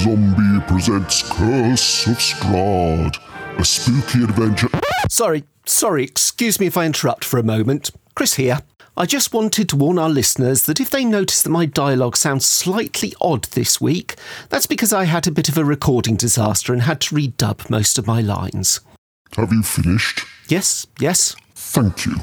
Zombie presents Curse of Strahd, a spooky adventure. Sorry, sorry, excuse me if I interrupt for a moment. Chris here. I just wanted to warn our listeners that if they notice that my dialogue sounds slightly odd this week, that's because I had a bit of a recording disaster and had to redub most of my lines. Have you finished? Yes, yes. Thank you.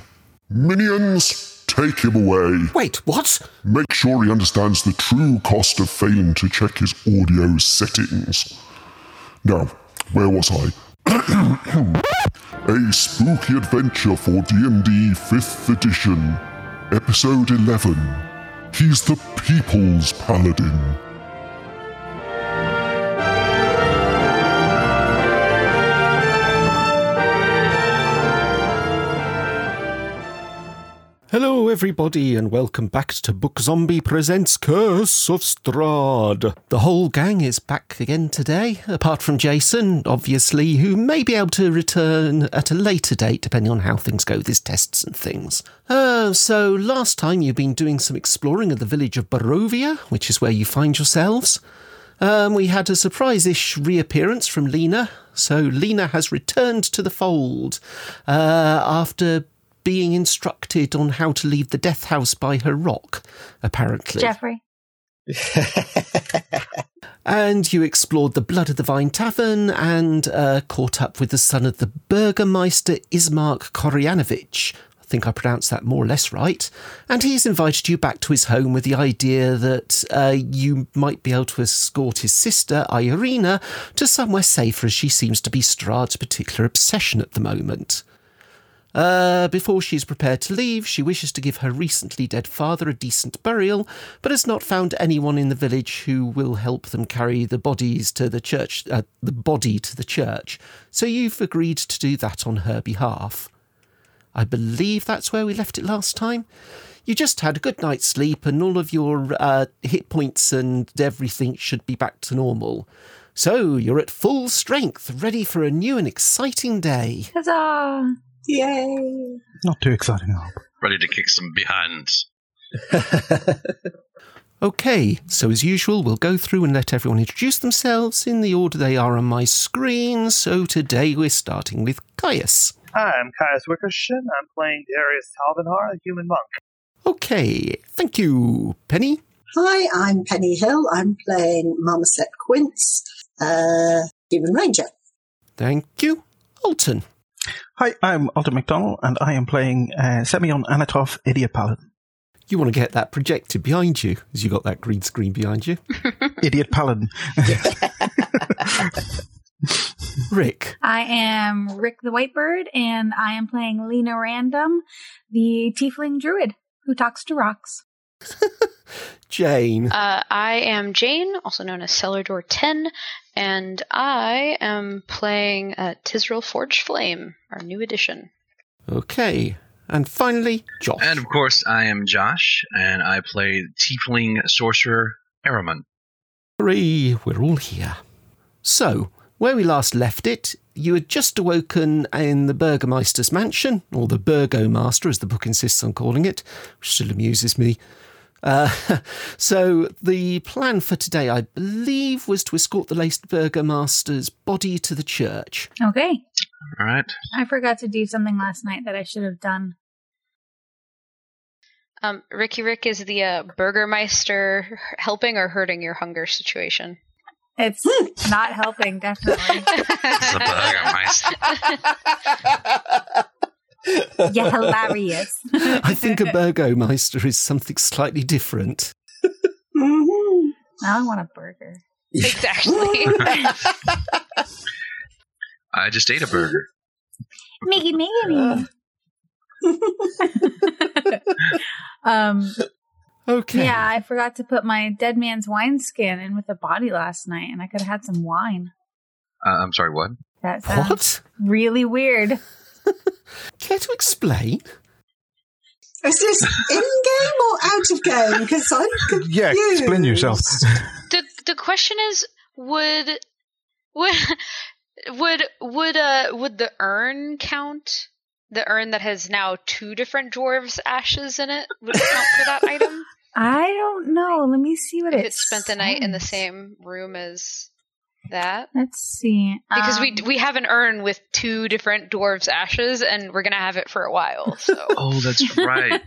Minions, take him away. Wait, what? Make sure he understands the true cost of failing to check his audio settings. Now, where was I? A spooky adventure for D&D 5th edition, episode 11. He's the people's paladin. Hello, everybody, and welcome back to Book Zombie Presents Curse of Strahd. The whole gang is back again today, apart from Jason, obviously, who may be able to return at a later date, depending on how things go with his tests and things. Uh, so, last time you've been doing some exploring of the village of Barovia, which is where you find yourselves. Um, we had a surprise ish reappearance from Lena. So Lena has returned to the fold uh, after being instructed on how to leave the death house by her rock, apparently. Jeffrey. And you explored the Blood of the Vine Tavern and uh, caught up with the son of the Burgermeister Ismark Koryanovich. I think I pronounced that more or less right. And he's invited you back to his home with the idea that uh, you might be able to escort his sister, Irina, to somewhere safer as she seems to be Strad's particular obsession at the moment. Uh, before she is prepared to leave, she wishes to give her recently dead father a decent burial, but has not found anyone in the village who will help them carry the bodies to the church, uh, the body to the church. So you've agreed to do that on her behalf. I believe that's where we left it last time. You just had a good night's sleep, and all of your uh, hit points and everything should be back to normal. So you're at full strength, ready for a new and exciting day. Huzzah! Yay! Not too exciting, I hope. ready to kick some behinds. Okay, so as usual, we'll go through and let everyone introduce themselves in the order they are on my screen. So today we're starting with Caius. Hi, I'm Caius Wickerson. I'm playing Darius Talvinhar, a human monk. Okay, thank you, Penny. Hi, I'm Penny Hill. I'm playing Marmoset Quince, uh, Demon Ranger. Thank you, Alton. Hi, I'm Alton McDonald, and I am playing uh, Semyon Anatov, Idiot Paladin. You want to get that projected behind you as you got that green screen behind you. Idiot Paladin. Rick, I am Rick the Whitebird, and I am playing Lena Random, the tiefling druid who talks to rocks. Jane, Uh, I am Jane, also known as Cellar Door 10, and I am playing uh, Tisrael Forge Flame, our new edition. okay, and finally, Josh. And of course, I am Josh, and I play Tiefling Sorcerer Araman. Hooray, we're all here. So, where we last left it, you had just awoken in the Burgermeister's mansion, or the Burgomaster, as the book insists on calling it, which still amuses me. Uh, so, the plan for today, I believe, was to escort the late Burgomaster's body to the church. Okay. All right. I forgot to do something last night that I should have done. Um, Ricky Rick is the uh, Burgermeister helping or hurting your hunger situation. It's not helping, definitely. Yeah, hilarious. I think a Burgomeister is something slightly different. Mm-hmm. Now I want a burger. exactly. I just ate a burger. Miggy, Miggy, Miggy. um, Okay. yeah, I forgot to put my dead man's wineskin in with the body last night, and I could have had some wine. Uh, I'm sorry, what? That sounds What? really weird. Care to explain? Is this in game or out of game? Because I'm confused. yeah, explain yourself. the The question is, would would would would uh would the urn count? The urn that has now two different dwarves' ashes in it would it count for that item. I don't know. Oh, let me see what if it it spent the night in the says. same room as that. Let's see. Because we Um, we have an urn with two different dwarves' ashes, and we're gonna have it for a while. So Oh, that's right.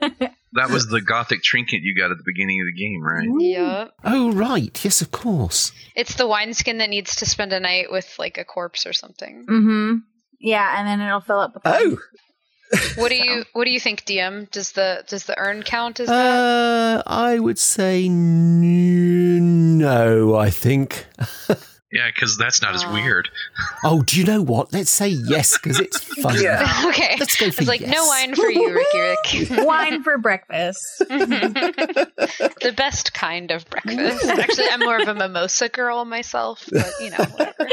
that was the gothic trinket you got at the beginning of the game, right? yeah, Oh, right. Yes, of course. it's the wineskin that needs to spend a night with like a corpse or something. Mm-hmm. Yeah, and then it'll fill up. With Oh, What do you What do you think, DM? Does the Does the urn count as that? Uh, I would say n- no, I think. Yeah, because that's not as Oh. weird. Oh, do you know what? Let's say yes because it's funny. Yeah. okay, Let's go for it's like yes. no wine for you, Ricky Rick. Wine for breakfast. the best kind of breakfast. Actually, I'm more of a mimosa girl myself, but you know, whatever.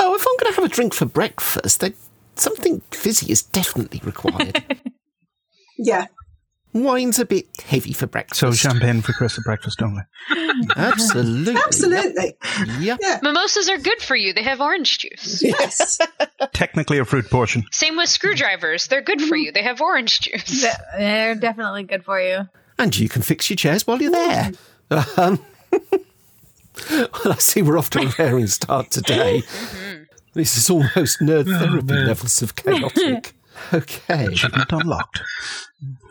Oh, if I'm going to have a drink for breakfast, then something fizzy is definitely required. Yeah. Wine's a bit heavy for breakfast. So champagne for Chris at breakfast only. Absolutely. Absolutely. Yep. yep. Mimosas are good for you. They have orange juice. Yes. Technically a fruit portion. Same with screwdrivers. They're good for you. They have orange juice. Th- They're definitely good for you. And you can fix your chairs while you're there. Um, well, I see we're off to a raring start today. Mm-hmm. This is almost nerd Oh, therapy levels of chaotic. Okay. Achievement unlocked.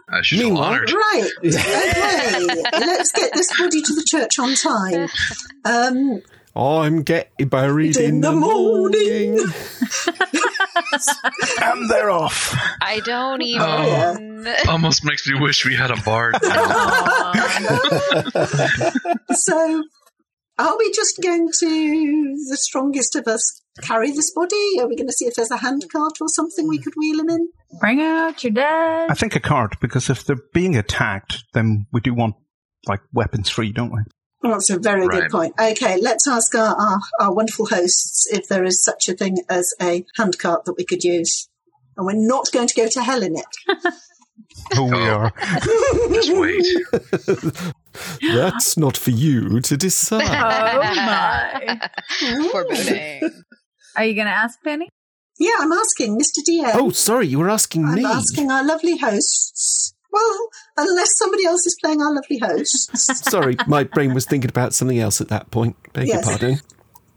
I should feel Meanwhile- honored. Right. Okay. Let's get this body to the church on time. Um, I'm getting buried In the morning. And they're off. I don't even. Oh. Almost makes me wish we had a bard. now. so, are we just going to the strongest of us carry this body? Are we going to see if there's a hand cart or something we could wheel him in? Bring out your dead. I think a card, because if they're being attacked, then we do want like weapons free, don't we? Well, that's a very Right. good point. Okay, let's ask our, our, our wonderful hosts if there is such a thing as a hand cart that we could use. And we're not going to go to hell in it. Oh, we are. Just Oh. wait. That's not for you to decide. Oh my. Foreboding. Are you going to ask Penny? Yeah, I'm asking Mr. DM. Oh, sorry, you were asking I'm me. asking our lovely hosts. Well, unless somebody else is playing our lovely hosts. Sorry, my brain was thinking about something else at that point. Beg your Yes. pardon.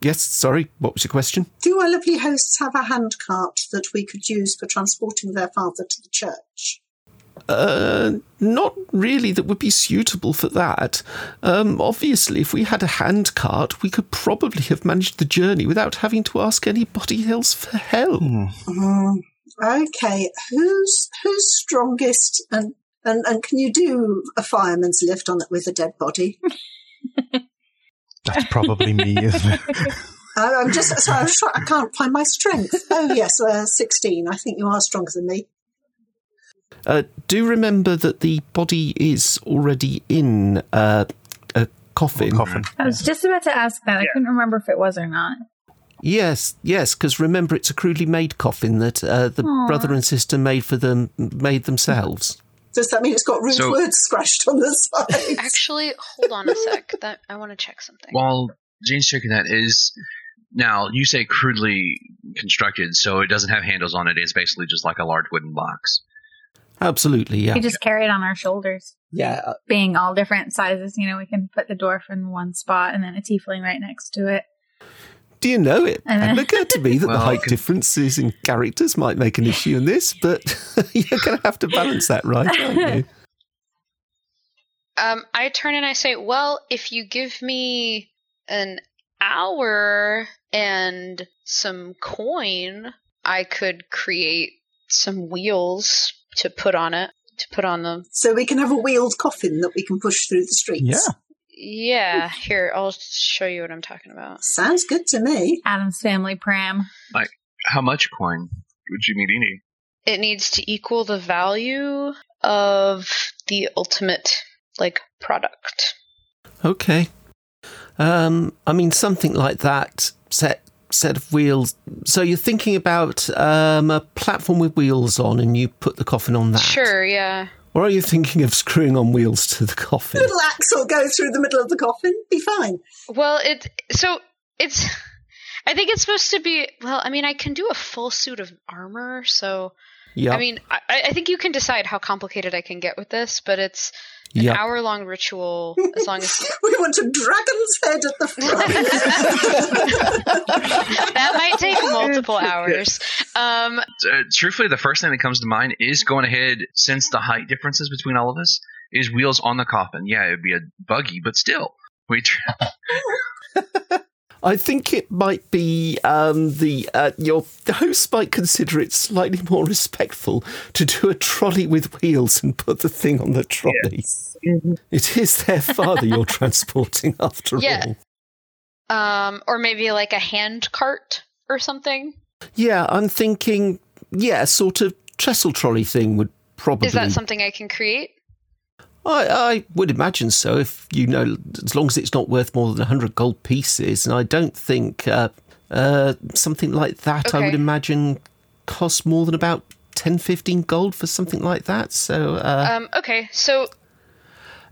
Yes, sorry. What was your question? Do our lovely hosts have a hand cart that we could use for transporting their father to the church? Uh, Not really that would be suitable for that. Um, obviously, if we had a hand cart, we could probably have managed the journey without having to ask anybody else for help. Mm, okay, who's who's strongest and, and and can you do a fireman's lift on with a dead body? That's probably me, isn't it? I- Uh, I'm just sorry, I'm try- I can't find my strength. Oh yes, uh, sixteen. I think you are stronger than me. Uh, do remember that the body is already in uh, a coffin. Coffin. I was just about to ask that. I couldn't remember if it was or not. Yes, yes, because remember, it's a crudely made coffin that uh, the brother and sister made for them, made themselves. Does that mean it's got rude So- words scratched on the side? Actually, hold on a sec. That I want to check something. While Jane's checking that is now you say crudely constructed, so it doesn't have handles on it. It's basically just like a large wooden box. Absolutely, yeah. We just carry it on our shoulders, yeah. uh, being all different sizes. You know, we can put the dwarf in one spot and then a tiefling right next to it. Do you know it? I know. It occurred to me that Well, the height con- differences in characters might make an issue in this, but you're going to have to balance that right, aren't you? Um, I turn and I say, "Well, if you give me an hour and some coin, I could create some wheels to put on it, to put on the So we can have a wheeled coffin that we can push through the streets. Yeah. Yeah, here, I'll show you what I'm talking about. Sounds good to me. Adam's family pram. How much coin would you need? Any? It needs to equal the value of the ultimate like product. Okay. Um, I mean, something like that set set of wheels. So you're thinking about um, a platform with wheels on, and you put the coffin on that. Sure, yeah. Or are you thinking of screwing on wheels to the coffin? Little axe will go through the middle of the coffin. Be fine. Well, it so it's I think it's supposed to be well, I mean, I can do a full suit of armor, so Yeah. I mean, I, I think you can decide how complicated I can get with this, but it's an yeah. hour long ritual as long as We want a dragon's head at the front. that might take multiple hours. Um, Uh, truthfully, the first thing that comes to mind is going ahead, since the height differences between all of us, is wheels on the coffin. Yeah, it would be a buggy, but still. We tr- I think it might be um, the uh, your the host might consider it slightly more respectful to do a trolley with wheels and put the thing on the trolley. It is their father you're transporting after Yeah. all. um, or maybe like a hand cart or something. Yeah, I'm thinking. Yeah, sort of trestle trolley thing would probably. Is that something I can create? I, I would imagine so. If you know, as long as it's not worth more than hundred gold pieces, and I don't think uh, uh, something like that, I would Okay. imagine, costs more than about 10, 15 gold for something like that. So, uh, Um, okay, so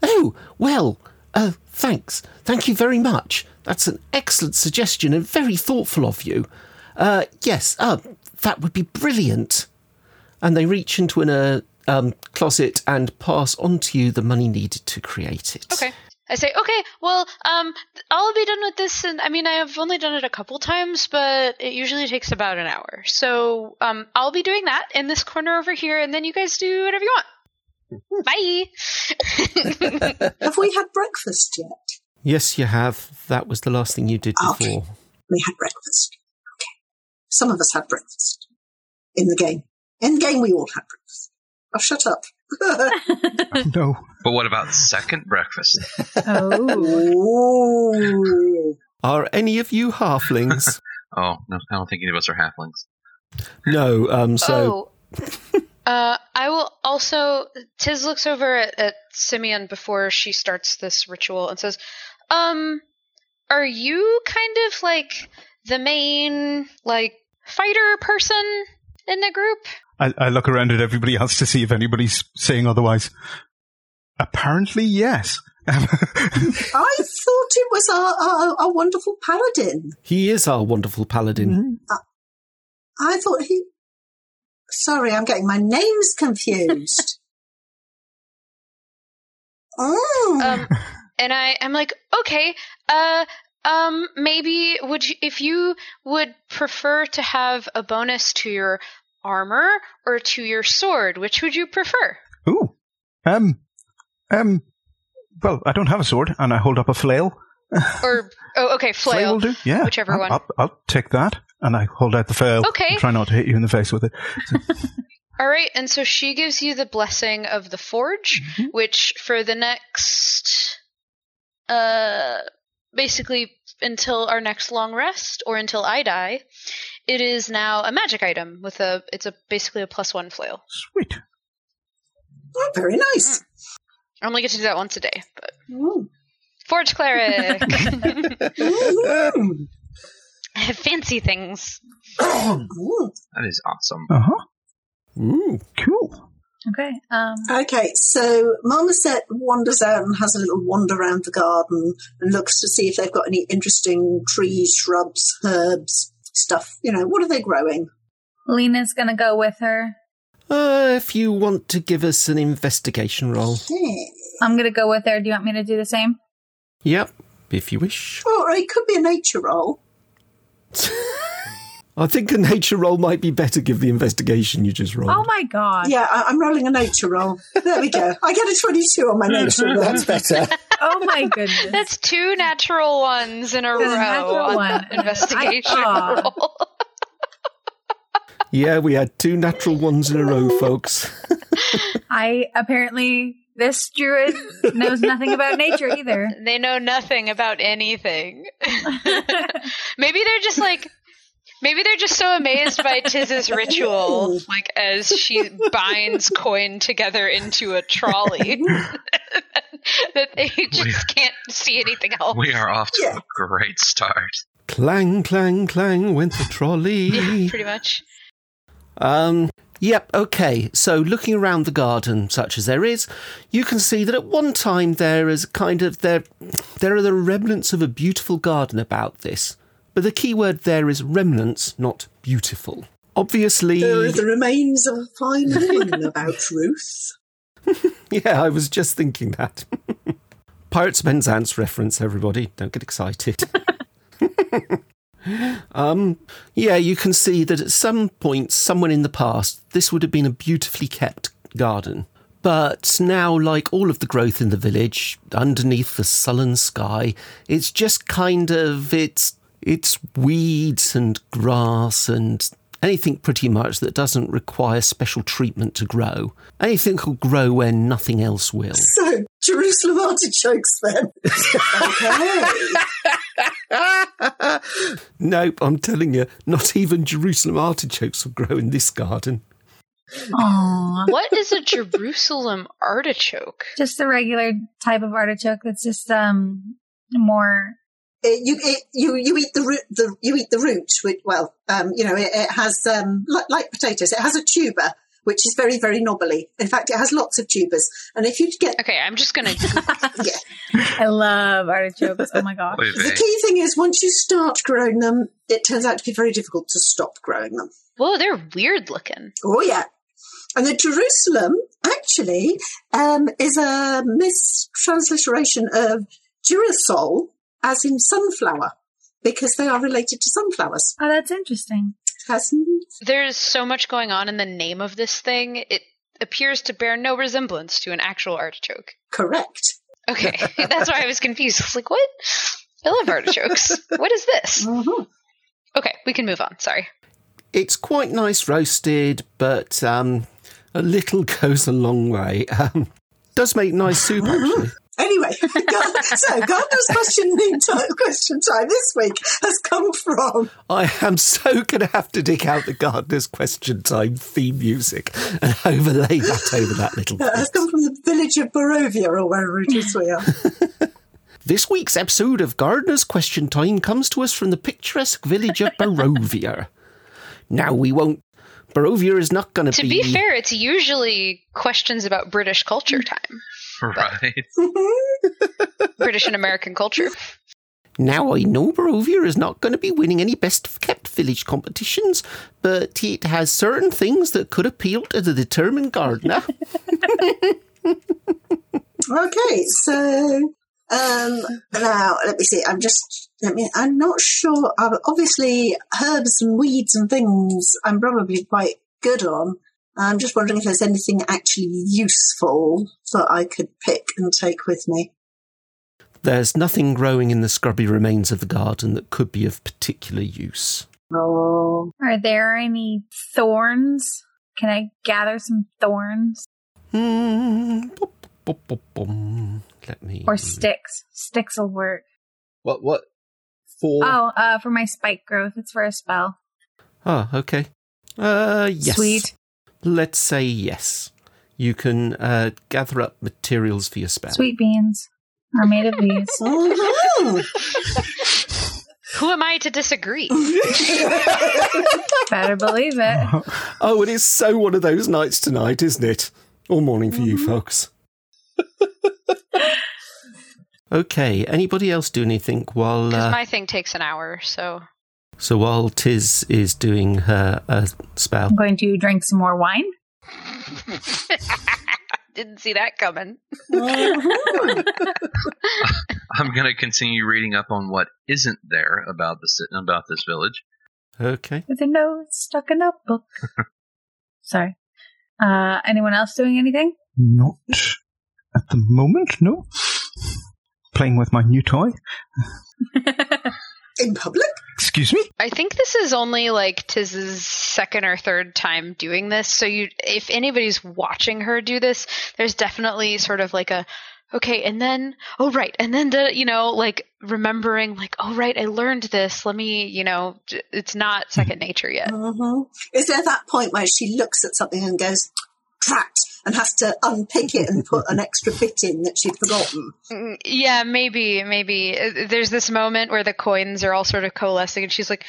oh well. Uh, thanks. Thank you very much. That's an excellent suggestion and very thoughtful of you. Uh, yes, uh, that would be brilliant. And they reach into an uh, um, closet and pass on to you the money needed to create it. Okay. I say, okay, well, um, th- I'll be done with this. And I mean, I have only done it a couple times, but it usually takes about an hour. So, um, I'll be doing that in this corner over here, and then you guys do whatever you want. Bye. Have we had breakfast yet? Yes, you have. That was the last thing you did Okay. before. We had breakfast. Okay. Some of us had breakfast in the game. In the game, we all had breakfast. Oh, shut up. No. but what about second breakfast? Oh. Ooh. Are any of you halflings? Oh, no, I don't think any of us are halflings. no. Um. So oh, uh, I will also. Tiz looks over at, at Simeon before she starts this ritual and says, um, are you kind of like the main, like, fighter person in the group? I, I look around at everybody else to see if anybody's saying otherwise. Apparently, yes. I thought it was our, our, our wonderful paladin. he is our wonderful paladin. I thought he. Sorry, I'm getting my names confused. oh. um, and I am like, okay, uh, um, maybe would you, if you would prefer to have a bonus to your armor or to your sword, which would you prefer? Ooh. Um. Um. Well, I don't have a sword, and I hold up a flail. Or oh, okay, flail. will do. Yeah. Whichever I'll, one. I'll, I'll take that, and I hold out the flail. Okay. and Try not to hit you in the face with it. All right, and so she gives you the blessing of the forge, which for the next, uh, basically until our next long rest or until I die, it is now a magic item with a. It's a basically a plus one flail. Mm. Sweet. Oh, very nice. I only get to do that once a day, but Mm. Forge Cleric. Mm. Fancy things. Mm. That is awesome. Uh huh. Ooh. Cool. Okay. Um, Okay, so Marmoset wanders out and has a little wander around the garden and looks to see if they've got any interesting trees, shrubs, herbs, stuff. You know, what are they growing? Lena's gonna go with her. Uh, if you want to give us an investigation roll. Okay. I'm gonna go with her. Do you want me to do the same? Yep. If you wish. Or it could be a nature roll. I think a nature roll might be better. Give the investigation you just rolled. Oh my god. Yeah, I- I'm rolling a nature roll. There we go. I get a 22 on my nature roll. That's better. Oh my goodness. That's two natural ones in a row There's a natural on one. the investigation I- oh. roll. Yeah, we had two natural ones in a row, folks. I apparently this druid knows nothing about nature either. They know nothing about anything. maybe they're just like, maybe they're just so amazed by Tiz's ritual, like as she binds coin together into a trolley, that they just can't see anything else. We are off to Yeah. a great start. clang, clang, clang went the trolley. Pretty much. Um, yep, okay. So, looking around the garden, such as there is, you can see that at one time there is kind of there, there are the remnants of a beautiful garden about this. But the key word there is remnants, not beautiful. Obviously, There are the remains of a fine woman about Ruth. yeah, I was just thinking that. Pirates Penzance reference, everybody. Don't get excited. um, yeah, you can see that at some point, somewhere in the past, this would have been a beautifully kept garden. But now, like all of the growth in the village, underneath the sullen sky, it's just kind of it's it's weeds and grass and anything pretty much that doesn't require special treatment to grow. Anything will grow where nothing else will. So, Jerusalem artichokes then. okay. Nope, I'm telling you, not even Jerusalem artichokes will grow in this garden. Oh, What is a Jerusalem artichoke? just the regular type of artichoke that's just um more. It, you, it, you you eat the root the you eat the root which well um, you know it, it has um, like, like potatoes it has a tuber which is very very knobbly in fact it has lots of tubers and if you get Okay, I'm just gonna. yeah I love artichokes. Oh my gosh. Wait, the key thing is once you start growing them it turns out to be very difficult to stop growing them Whoa, they're weird looking. Oh yeah. And the Jerusalem actually um, is a mistransliteration of girasol, as in sunflower, because they are related to sunflowers. Oh, that's interesting. Has- There's so much going on in the name of this thing. It appears to bear no resemblance to an actual artichoke. correct. Okay, that's why I was confused. I was like, what? I love artichokes. What is this? Okay, we can move on. Sorry. It's quite nice roasted, but um, a little goes a long way. Um, does make nice soup, actually. Anyway, Gar- so Gardner's question time, question time this week has come from I am so going to have to dig out the gardener's question time theme music and overlay that over that little uh, bit. has come from the village of Barovia or wherever it is we are. This week's episode of Gardener's Question Time comes to us from the picturesque village of Barovia. now we won't. Barovia is not going To be fair, it's usually questions about British culture time, right. British and American culture. Now I know Barovia is not going to be winning any best kept village competitions, but it has certain things that could appeal to the determined gardener. Okay, so um, now let me see. I'm just let me. I'm not sure. Uh, obviously, herbs and weeds and things. I'm probably quite good on. I'm just wondering if there's anything actually useful that I could pick and take with me. There's nothing growing in the scrubby remains of the garden that could be of particular use. Oh, Are there any thorns? Can I gather some thorns Hmm. bop, bop, bop, bom. Let me. or sticks? Sticks will work. What? What? For Oh, uh, for my spike growth, it's for a spell. Ah, okay. Uh, yes. Sweet. Let's say yes. You can uh, gather up materials for your spell. Sweet beans are made of these. Mhm. Who am I to disagree? Better believe it. Oh, it is so one of those nights tonight, isn't it? Or morning for Mm-hmm. you folks. okay, anybody else do anything while. Because Uh, my thing takes an hour, so so while Tiz is doing her uh, spell. I'm going to drink some more wine. didn't see that coming. I'm gonna continue reading up on what isn't there about this about this village. Okay. With a nose stuck in a book. Sorry. Uh, anyone else doing anything? Not at the moment, no. Playing with my new toy. in public. Excuse me? I think this is only like Tiz's second or third time doing this. So you if anybody's watching her do this, there's definitely sort of like a okay, and then oh right, and then the you know, like remembering like oh right, I learned this. Let me, you know, j- it's not second nature yet. hmm Is there that point where she looks at something and goes, "Drat," and has to unpick it and put an extra bit in that she'd forgotten? Mm, Yeah, maybe maybe Uh, there's this moment where the coins are all sort of coalescing and she's like,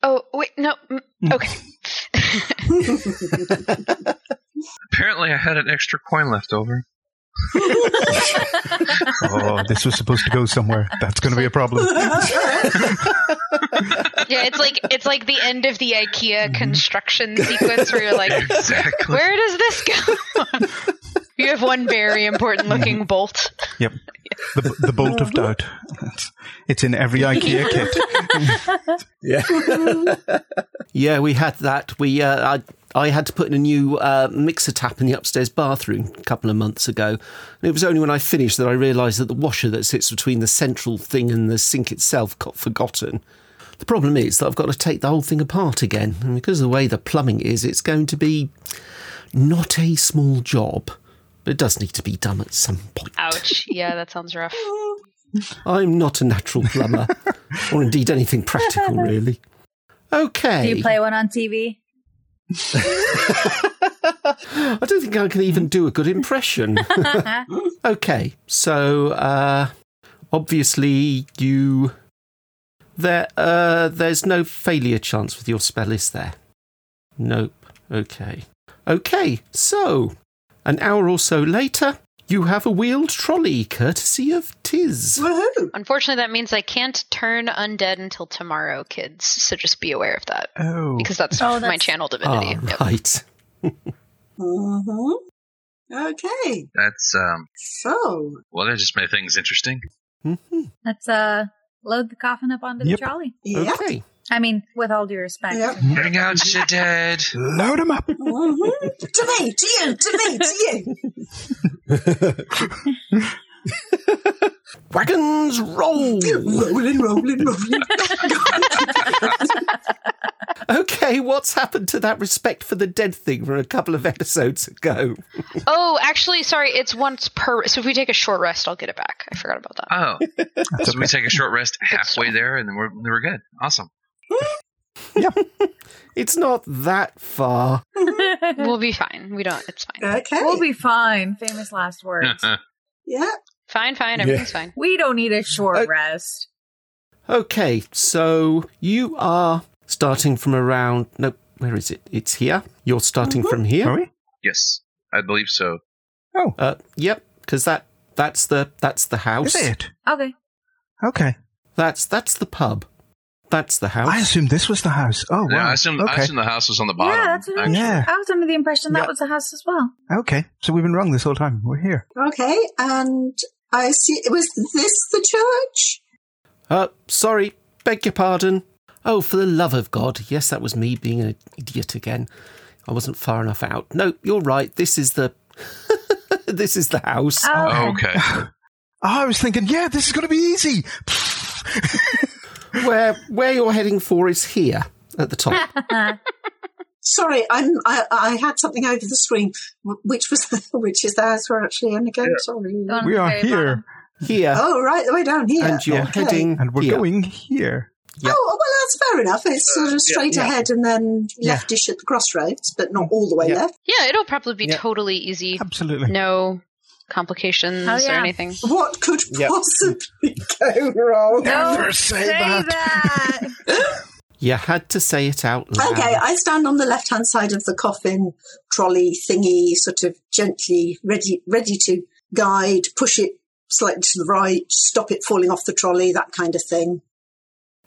"Oh, wait, no. mm, Okay." Apparently, I had an extra coin left over. Oh, this was supposed to go somewhere. That's going to be a problem. Yeah, it's like it's like the end of the IKEA construction sequence where you're like, exactly. where does this go? you have one very important looking bolt. Yep. The, the bolt of doubt. It's, it's in every IKEA kit. Yeah. Yeah, we had that. We uh, I I had to put in a new uh, mixer tap in the upstairs bathroom a couple of months ago. And it was only when I finished that I realised that the washer that sits between the central thing and the sink itself got forgotten. The problem is that I've got to take the whole thing apart again, and because of the way the plumbing is, it's going to be not a small job. But it does need to be done at some point. Ouch. Yeah, that sounds rough. I'm not a natural plumber, or indeed anything practical, really. Okay. Do you play one on TV? I don't think I can even do a good impression. okay, so uh, obviously you there uh, there's no failure chance with your spell, is there? Nope. Okay. Okay, so an hour or so later, you have a wheeled trolley courtesy of Tiz. Woohoo! Unfortunately, that means I can't turn undead until tomorrow, kids. So just be aware of that Oh. because that's Oh, my that's- channel divinity. Ah, Yep. right. Mm-hmm. Okay, That's um. so Well, that just made things interesting. Mhm. Let's uh load the coffin up onto Yep. the trolley. yeah, Okay. I mean, with all due respect. Yep. Bring out your dead. Load them up. Mhm. to me, to you, to me, to you. Wagons roll. rolling, rolling, rolling. okay, what's happened to that respect for the dead thing from a couple of episodes ago? Oh, actually, sorry, it's once per. So if we take a short rest, I'll get it back. I forgot about that. Oh, so we take a short rest halfway there, and then we're we're good. Awesome. It's not that far. We'll be fine. We don't. It's fine. Okay, we'll be fine. Famous last words. yeah. Fine, fine. Everything's fine. we don't need a short Uh, rest. Okay, so you are starting from around. No, where is it? It's here. You're starting from here. Mm-hmm. Are we? Oh. yes, I believe so. Uh, yep, because that that's the that's the house. Is it? Okay. Okay. That's that's the pub. That's the house. I assumed this was the house. Oh, wow. Yeah, I assume I okay. assume the house was on the bottom. yeah, that's what I was. actually. Yeah. I was under the impression that Yeah. was the house as well. okay. So we've been wrong this whole time. We're here. Okay, uh and I see. Was this the church? Uh, sorry, beg your pardon. Oh, for the love of God. Yes, that was me being an idiot again. I wasn't far enough out. No, you're right. This is the this is the house. Oh, okay. Okay. Oh, I was thinking, yeah, this is going to be easy. Where where you're heading for is here at the top. Sorry, I'm. I, I had something over the screen, wh- which was which is the house we're actually in again. Sorry. The one we at the are very here bottom. here. Oh, right, the way down here. and you're Okay. heading and we're here. going here. Yeah. Oh, well, that's fair enough. Uh, It's sort of straight ahead and then Yeah. leftish at the crossroads, but not all the way Yeah. left. Yeah, it'll probably be Yeah. totally easy. Absolutely. No complications Oh, or yeah. anything. What could Yeah. possibly go wrong? Don't say say that. that. You had to say it out loud. Okay, I stand on the left hand side of the coffin trolley thingy, sort of gently ready, ready to guide, push it slightly to the right, stop it falling off the trolley, that kind of thing.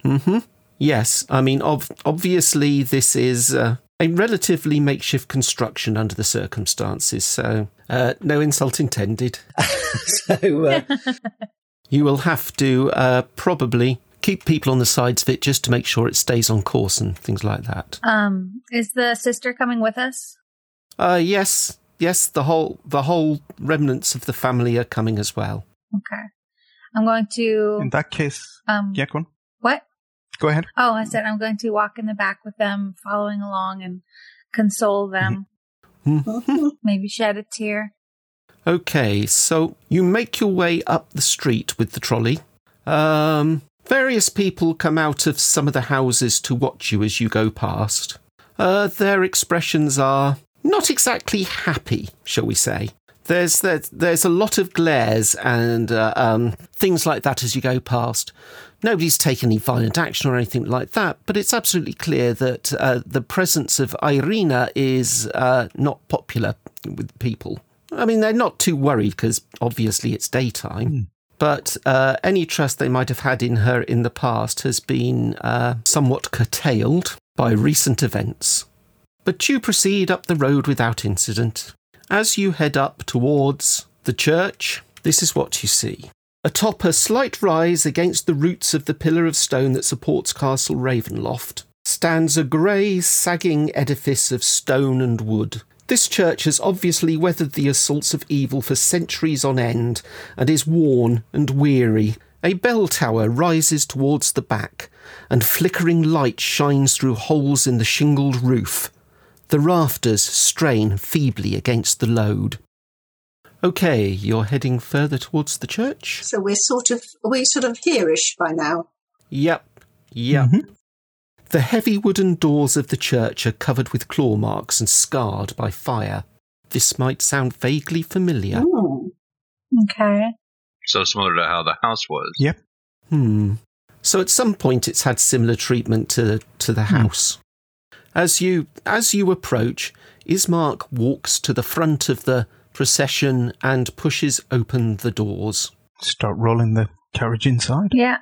hmm Yes, I mean, ob- obviously, this is uh, a relatively makeshift construction under the circumstances, so uh, no insult intended. so, uh, You will have to uh, probably keep people on the sides of it just to make sure it stays on course and things like that. um, is the sister coming with us? Uh, yes, yes, the whole the whole remnants of the family are coming as well. Okay. I'm going In to that case, um yeah, go on. what? Go ahead. Oh, I said I'm going to walk in the back with them, following along and console them. Mhm. Maybe shed a tear. Okay, so you make your way up the street with the trolley. Um, various people come out of some of the houses to watch you as you go past. Uh, their expressions are not exactly happy, shall we say. There's, there's, there's a lot of glares and uh, um, things like that as you go past. Nobody's taken any violent action or anything like that, but it's absolutely clear that uh, the presence of Irina is uh, not popular with people. I mean, they're not too worried because obviously it's daytime. Hmm. But uh, any trust they might have had in her in the past has been uh, somewhat curtailed by recent events. But you proceed up the road without incident. As you head up towards the church, this is what you see. Atop a slight rise against the roots of the pillar of stone that supports Castle Ravenloft stands a grey, sagging edifice of stone and wood. This church has obviously weathered the assaults of evil for centuries on end and is worn and weary. A bell tower rises towards the back, and flickering light shines through holes in the shingled roof. The rafters strain feebly against the load. Okay, you're heading further towards the church? So we're sort of are we sort of hereish by now. Yep, yep. Mm-hmm. The heavy wooden doors of the church are covered with claw marks and scarred by fire. This might sound vaguely familiar. Hmm. Okay. So similar to how the house was. Yeah. Hmm. So at some point, it's had similar treatment to to Hmm. the house. As you as you approach, Ismark walks to the front of the procession and pushes open the doors. Start rolling the carriage inside. Yeah.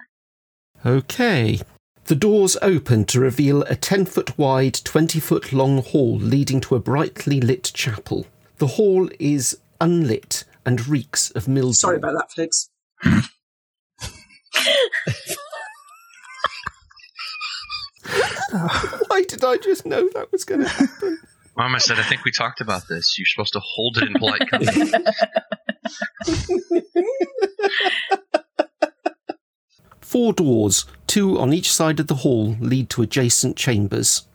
Okay. The doors open to reveal a 10 foot wide, 20 foot long hall leading to a brightly lit chapel. The hall is unlit and reeks of mildew. Sorry about that, folks. Why did I just know that was going to happen? Mama said, I think we talked about this. You're supposed to hold it in polite company. Four doors, two on each side of the hall, lead to adjacent chambers.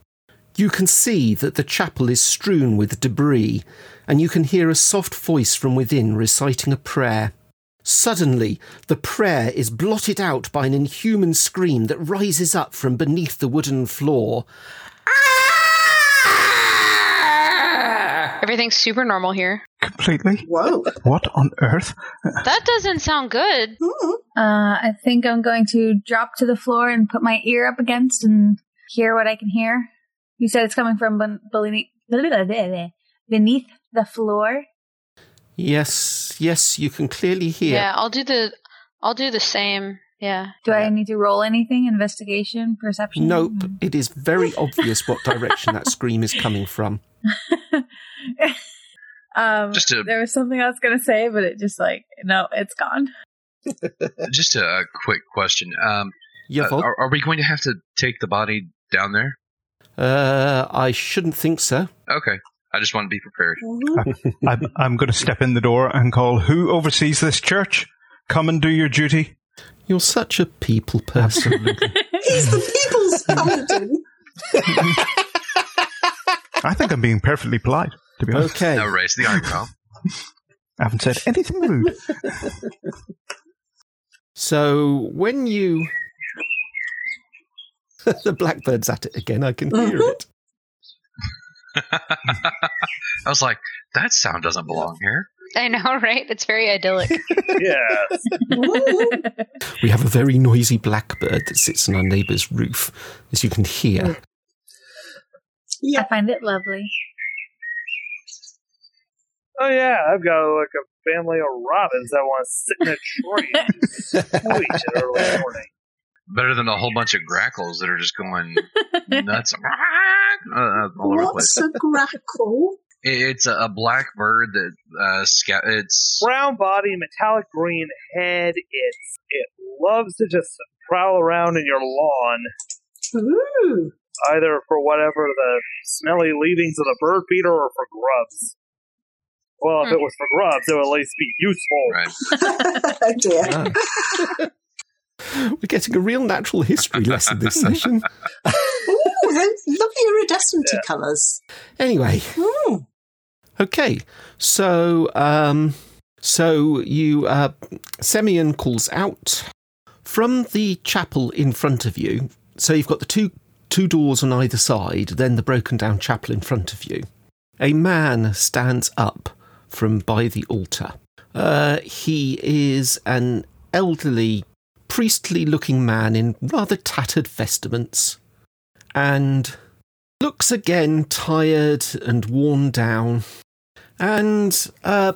You can see that the chapel is strewn with debris, and you can hear a soft voice from within reciting a prayer. Suddenly, the prayer is blotted out by an inhuman scream that rises up from beneath the wooden floor. Everything's super normal here. Completely. Whoa. What on earth? That doesn't sound good. Hmm. Uh, I think I'm going to drop to the floor and put my ear up against and hear what I can hear. You said it's coming from ben- beneath beneath the floor. Yes, yes, you can clearly hear. Yeah. I'll do the I'll do the same. Yeah. Do I need to roll anything? Investigation, perception? Nope, it is very obvious what direction that scream is coming from. Um, Just to- there was something I was gonna say, but it just like no, it's gone. Just a, a quick question. Um, Yevon? are, are we going to have to take the body down there? Uh, I shouldn't think so. Okay. I just want to be prepared. Mhm. I'm, I'm going to step in the door and call. Who oversees this church? Come and do your duty. You're such a people person. Absolutely. He's the people's paladin. I think I'm being perfectly polite. To be honest, okay. No, raise the eyebrow. I haven't said anything rude. So when you. the blackbird's at it again. I Uh-huh. can hear it. I was like, that sound doesn't belong here. I know, right? It's very idyllic. Yes. We have a very noisy blackbird that sits on our neighbour's roof, as you can hear. I yeah. find it lovely. Oh yeah, I've got like a family of robins that want to sit in a tree and squeak at early morning. Better than a whole bunch of grackles that are just going nuts uh, all over the place. What's a grackle? It's a, a black bird that uh, sca- it's Brown body, metallic green head. It's it loves to just prowl around in your lawn, Ooh. either for whatever the smelly leavings of the bird feeder or for grubs. Well, if it was for grubs, it would at least be useful. right. oh dear. Ah. We're getting a real natural history lesson this session. Ooh, those lovely iridescent Yeah. colours. Anyway, Mm. okay. So, um, so you, uh, Semyon calls out from the chapel in front of you. So you've got the two two doors on either side, then the broken down chapel in front of you. A man stands up from by the altar. Uh, he is an elderly, priestly looking man in rather tattered vestments and looks again tired and worn down. And uh,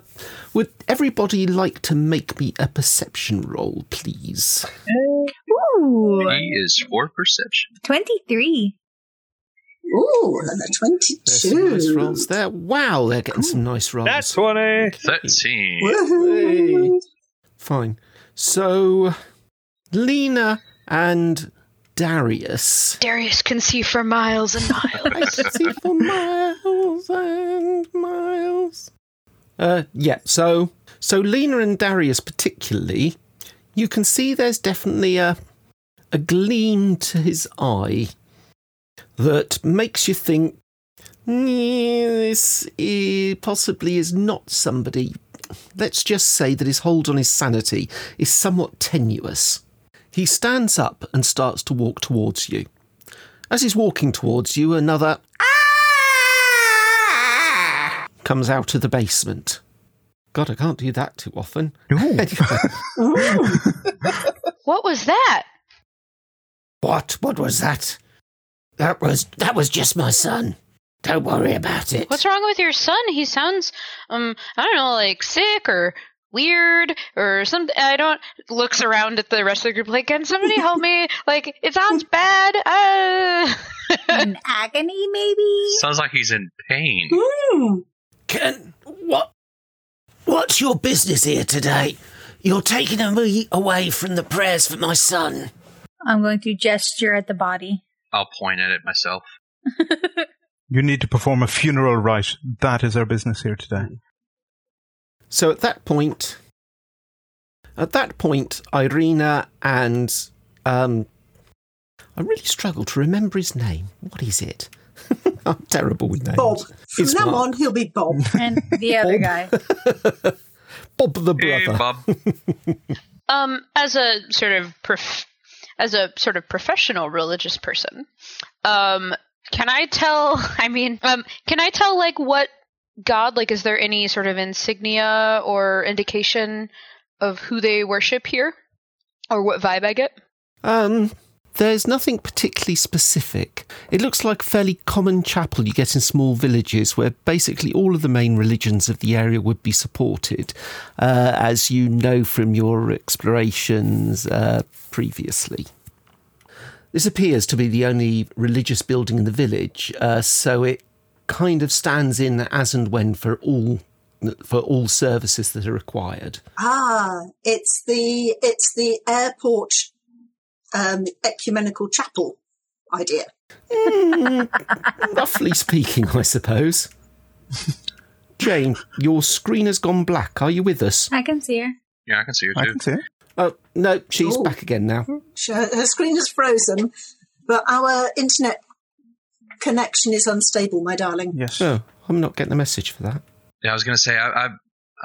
would everybody like to make me a perception roll, please? Ooh, He is for perception. 23. Ooh, another There's some nice 22. rolls there. Wow, they're getting some nice rolls. That's 20. 13. Woohoo. Fine. So, Lena and Darius. Darius can see for miles and I miles. can see for miles and miles. Uh, yeah. So, so Lena and Darius particularly, you can see there's definitely a a gleam to his eye that makes you think "Mm, this i- possibly is not somebody. Let's just say that his hold on his sanity is somewhat tenuous. He stands up and starts to walk towards you. As he's walking towards you, another comes out of the basement. God, I can't do that too often. No. what was that? what? What was that? That was that was just my son. Don't worry about it. What's wrong with your son? He sounds, um, I don't know, like sick or weird or something. I don't. Looks around at the rest of the group like, can somebody help me? Like, it sounds bad. Uh. In agony, maybe? Sounds like he's in pain. Mm. Ken, what? What's your business here today? You're taking me away from the prayers for my son. I'm going to gesture at the body. I'll point at it myself. You need to perform a funeral rite. That is our business here today. So at that point, at that point, Irina and um, I really struggle to remember his name. What is it? I'm terrible with names. Bob. From It's Oh now Mark. on, he'll be Bob. And the other guy. Bob the Hey, brother. Bob. um as a sort of prof- as a sort of professional religious person um can i tell i mean um can i tell like what god like is there any sort of insignia or indication of who they worship here or what vibe i get Um, there's nothing particularly specific. It looks like a fairly common chapel you get in small villages where basically all of the main religions of the area would be supported, uh, as you know from your explorations uh, previously. This appears to be the only religious building in the village, uh, so it kind of stands in as and when for all for all services that are required. Ah, it's the it's the airport um, ecumenical chapel idea. Hmm. Roughly speaking, I suppose. Jane, your screen has gone black. Are you with us? I can see her. Yeah, I can see you I too. can see it. Oh, no, she's Oh. back again now. Sh- Her screen is frozen, but our internet connection is unstable, my darling. Yes. Oh, I'm not getting the message for that. Yeah, I was gonna say I, I've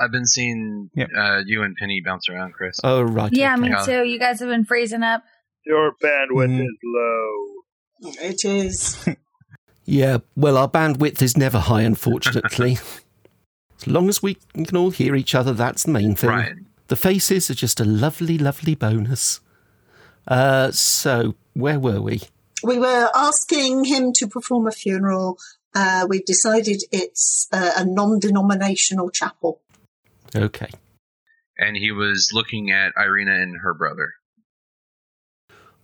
I've been seeing Yep. uh, you and Penny bounce around, Chris. Oh, right. okay. Yeah, I mean, mean- Me too. You guys have been freezing up. Your bandwidth Mm. is low. It is. Yeah, well, our bandwidth is never high, unfortunately. as long as we can all hear each other, that's the main thing. Right. The faces are just a lovely, lovely bonus. Uh, so, where were we? We were asking him to perform a funeral. Uh, we've decided it's uh, a non-denominational chapel. Okay. And he was looking at Irina and her brother.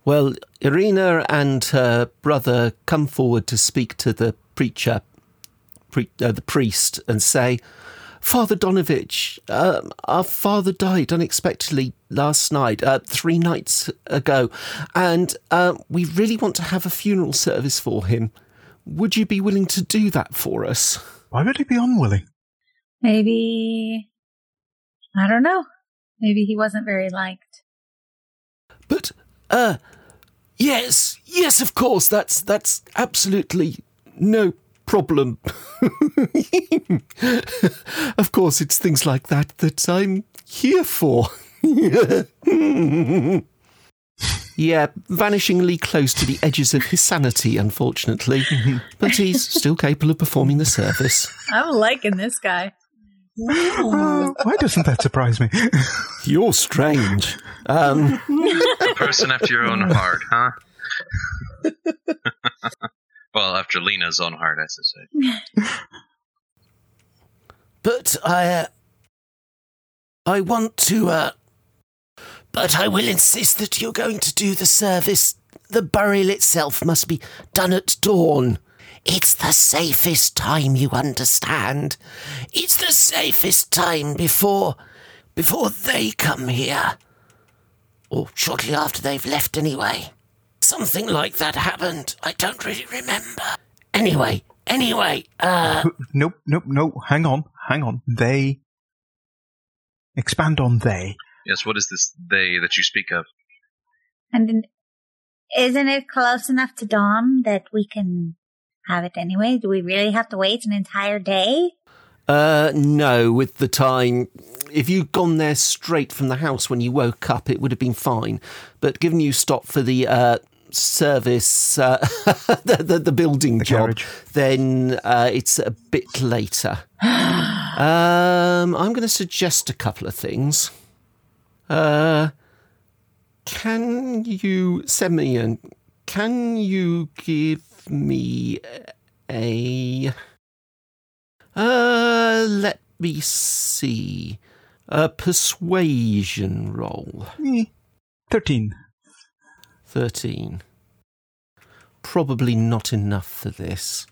Well, Irina and her brother come forward to speak to the preacher, pre- uh, the priest, and say, Father Donovich, um, our father died unexpectedly last night, uh, three nights ago, and uh, we really want to have a funeral service for him. Would you be willing to do that for us? Why would he be unwilling? Maybe. I don't know. Maybe he wasn't very liked. But, uh, yes, yes, of course, that's, that's absolutely no problem. of course, it's things like that that I'm here for. yeah, vanishingly close to the edges of his sanity, unfortunately. but he's still capable of performing the service. I'm liking this guy. Uh, why doesn't that surprise me? You're strange. Um, A person after your own heart, huh? well, after Lena's own heart, I should say. But I, uh, I want to. Uh, but I will insist that you're going to do the service. The burial itself must be done at dawn. It's the safest time, you understand. It's the safest time before, before they come here, or shortly after they've left, anyway. Something like that happened. I don't really remember. Anyway, anyway, uh, nope, nope, no. Hang on, hang on. They expand on they. Yes, what is this they that you speak of? And then- isn't it close enough to dawn that we can have it anyway? Do we really have to wait an entire day? Uh, no, with the time. If you'd gone there straight from the house when you woke up, it would have been fine. But given you stopped for the uh, service, uh, the, the, the building job, then uh, it's a bit later. um, I'm going to suggest a couple of things. Uh, can you send me an. Can you give me a. Uh, let me see. A persuasion roll. Thirteen. Thirteen. Probably not enough for this.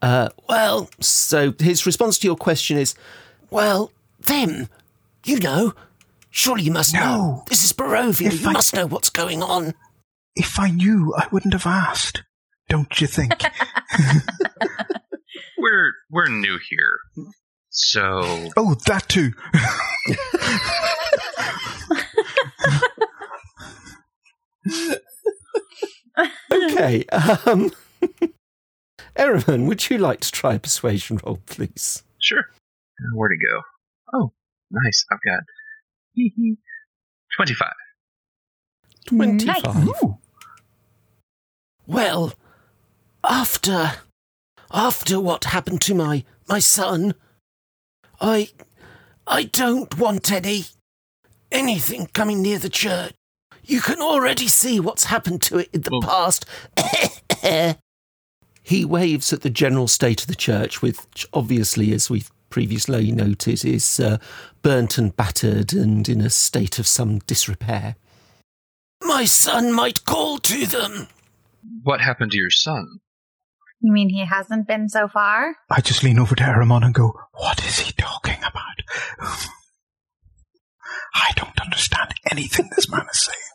Uh, well, so his response to your question is, well, them, you know, surely you must know. Oh, This is Barovia. If you I- must know what's going on. If I knew, I wouldn't have asked. Don't you think? We're we're new here, so oh, that too. okay. Um, Ereman, would you like to try a persuasion roll, please? sure. Where to go? Oh, nice. I've got twenty-five. 25. Well, after after what happened to my my son, I I don't want any anything coming near the church. You can already see what's happened to it in the past. he waves at the general state of the church, which obviously, as we've previously noted, is uh, burnt and battered and in a state of some disrepair. My son might call to them. What happened to your son? You mean he hasn't been so far? I just lean over to Aramon and go, "What is he talking about? I don't understand anything this man is saying."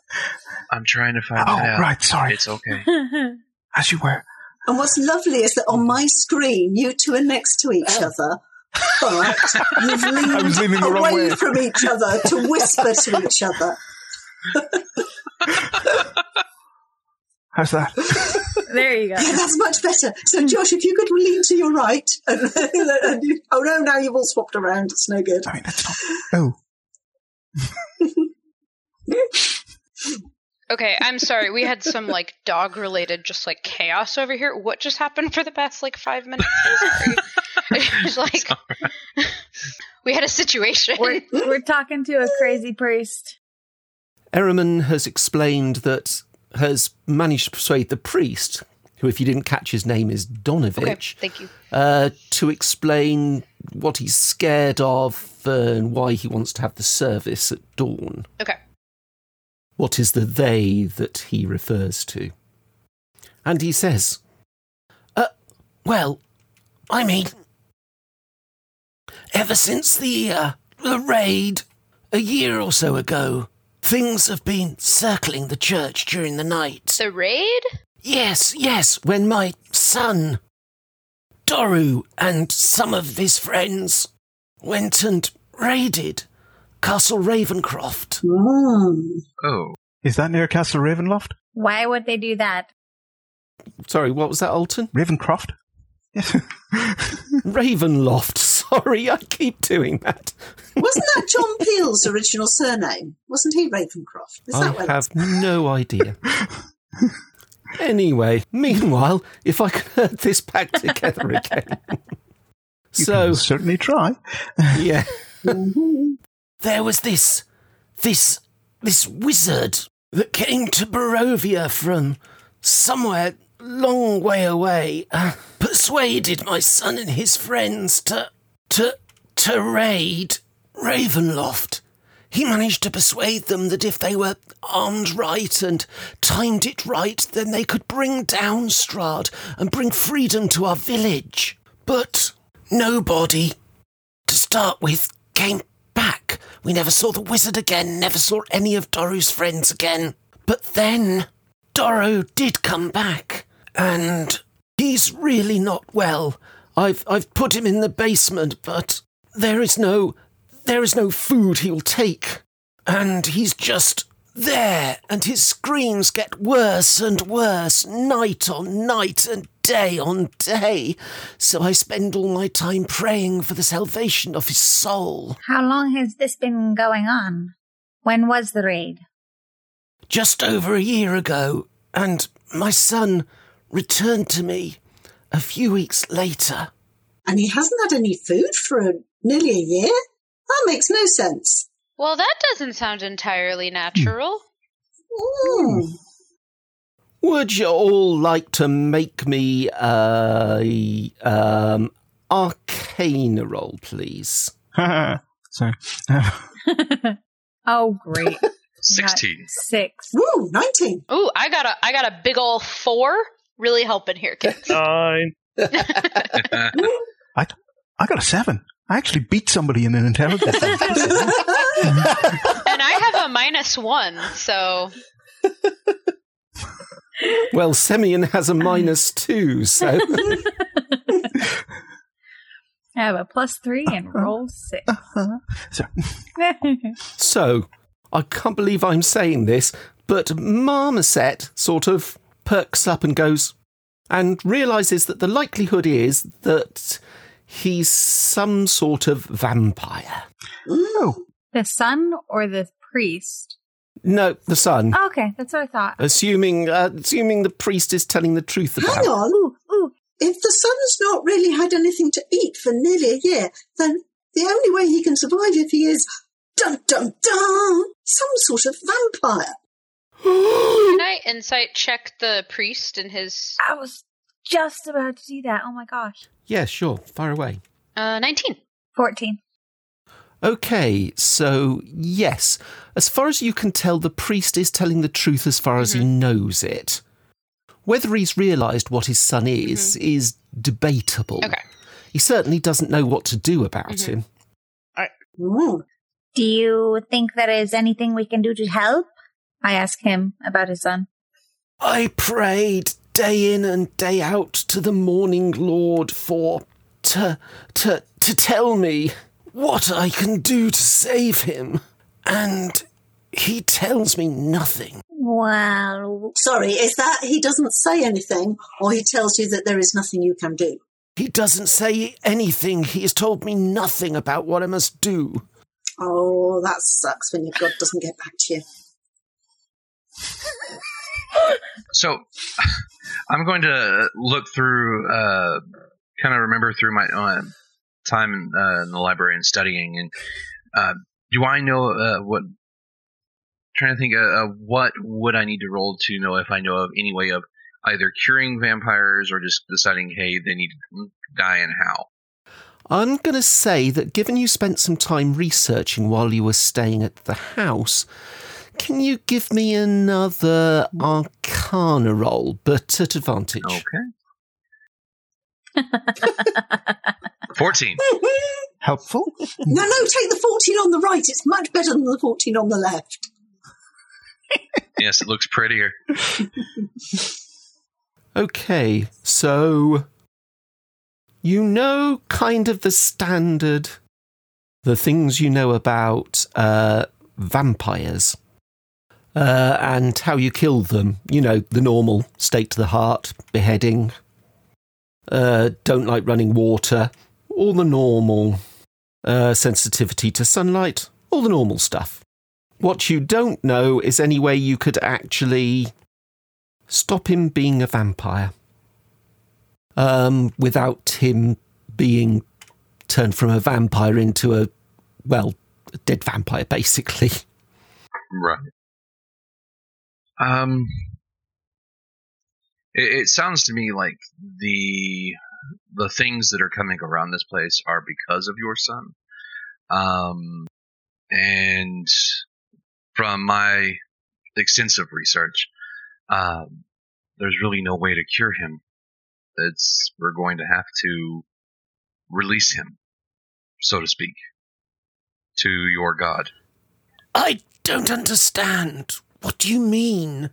I'm trying to find Oh, that out. right, sorry. It's okay. As you were, And what's lovely is that on my screen, you two are next to each other. But you've Oh. was leaning leaned the wrong away way. from each other to whisper to each other. how's that? There you go. Yeah, that's much better. So, Josh, if you could lean to your right, and, and you, oh no, now you've all swapped around. It's no good. I mean, that's not. Oh, Okay, I'm sorry. We had some like dog related just like chaos over here. What just happened for the past like five minutes? I'm sorry. It's like we had a situation. We're, we're talking to a crazy priest. Ereman has explained that has managed to persuade the priest, who, if you didn't catch his name, is okay, Donovich, thank you. uh, to explain what he's scared of and why he wants to have the service at dawn. Okay. What is the they that he refers to? And he says, uh, Well, I mean, ever since the, uh, the raid a year or so ago, things have been circling the church during the night. The raid? Yes, yes, when my son, Doru, and some of his friends went and raided Castle Ravencroft. Mm. Oh, is that near Castle Ravenloft? Why would they do that? Sorry, what was that, Alton? Ravencroft? Yes. Ravenloft. Sorry, I keep doing that. Wasn't that John Peel's original surname? Wasn't he Ravencroft? Oh, Is I that where have no idea. anyway, meanwhile, if I can herd this back together again. You so, can certainly try. yeah. Mm-hmm. there was this, this, this wizard that came to Barovia from somewhere long way away, uh, persuaded my son and his friends to to to raid Ravenloft. He managed to persuade them that if they were armed right and timed it right, then they could bring down Strad and bring freedom to our village. But nobody, to start with, came back. We never saw the wizard again, never saw any of Doro's friends again. But then Doro did come back, and he's really not well. I've I've put him in the basement, but there is no there is no food he'll take. And he's just there, and his screams get worse and worse, night on night and day on day. So I spend all my time praying for the salvation of his soul. How long has this been going on? When was the raid? just over a year ago, and my son returned to me a few weeks later. And he hasn't had any food for a, nearly a year? That makes no sense. Well, that doesn't sound entirely natural. Hmm. Mm. Would you all like to make me a um, arcane roll, please? Sorry. Oh, great. 16. Six. Woo, 19. Ooh, I got a I got a big ol' four. Really helping here, kids. Nine. I got a seven. I actually beat somebody in an intelligence test. and I have a minus one, so Well, Semyon has a minus two, so I have a plus three and roll six. Sorry. Oh, so I can't believe I'm saying this, but Marmoset sort of perks up and goes and realizes that the likelihood is that he's some sort of vampire. Oh, the son or the priest? No, the son. Oh, okay, that's what I thought. Assuming, uh, assuming the priest is telling the truth about. Hang on. Ooh, ooh. If the son's not really had anything to eat for nearly a year, then the only way he can survive if he is dun dun dun some sort of vampire. can I insight check the priest and his I was just about to do that. Oh my gosh. Yeah, sure. Fire away. uh nineteen. 14. Okay, so yes, as far as you can tell, the priest is telling the truth as far as he knows it. Whether he's realised what his son is is debatable. Okay. He certainly doesn't know what to do about him. Mm. Do you think there is anything we can do to help? I asked him about his son. I prayed day in and day out to the morning Lord for to to to tell me what I can do to save him, and he tells me nothing. Well, Sorry, is that he doesn't say anything or he tells you that there is nothing you can do? He doesn't say anything. He has told me nothing about what I must do. Oh, that sucks when your God doesn't get back to you. So I'm going to look through, uh, kind of remember through my uh, time in, uh, in the library and studying. And uh, do I know uh, what? Trying to think, uh, uh, what would I need to roll to know if I know of any way of either curing vampires or just deciding, hey, they need to die and how? I'm going to say that given you spent some time researching while you were staying at the house, can you give me another arcana roll, but at advantage? Okay. Fourteen. helpful. No, no, take the 14 on the right. It's much better than the 14 on the left. Yes, it looks prettier. Okay, so you know kind of the standard, the things you know about uh, vampires uh, and how you kill them. You know, the normal stake to the heart, beheading, uh, don't like running water, all the normal uh, sensitivity to sunlight, all the normal stuff. What you don't know is any way you could actually stop him being a vampire um, without him being turned from a vampire into a, well, a dead vampire, basically. Right. Um, it, it sounds to me like the the things that are coming around this place are because of your son. Um, and from my extensive research, um, there's really no way to cure him. It's we're going to have to release him, so to speak, to your god. I don't understand. What do you mean?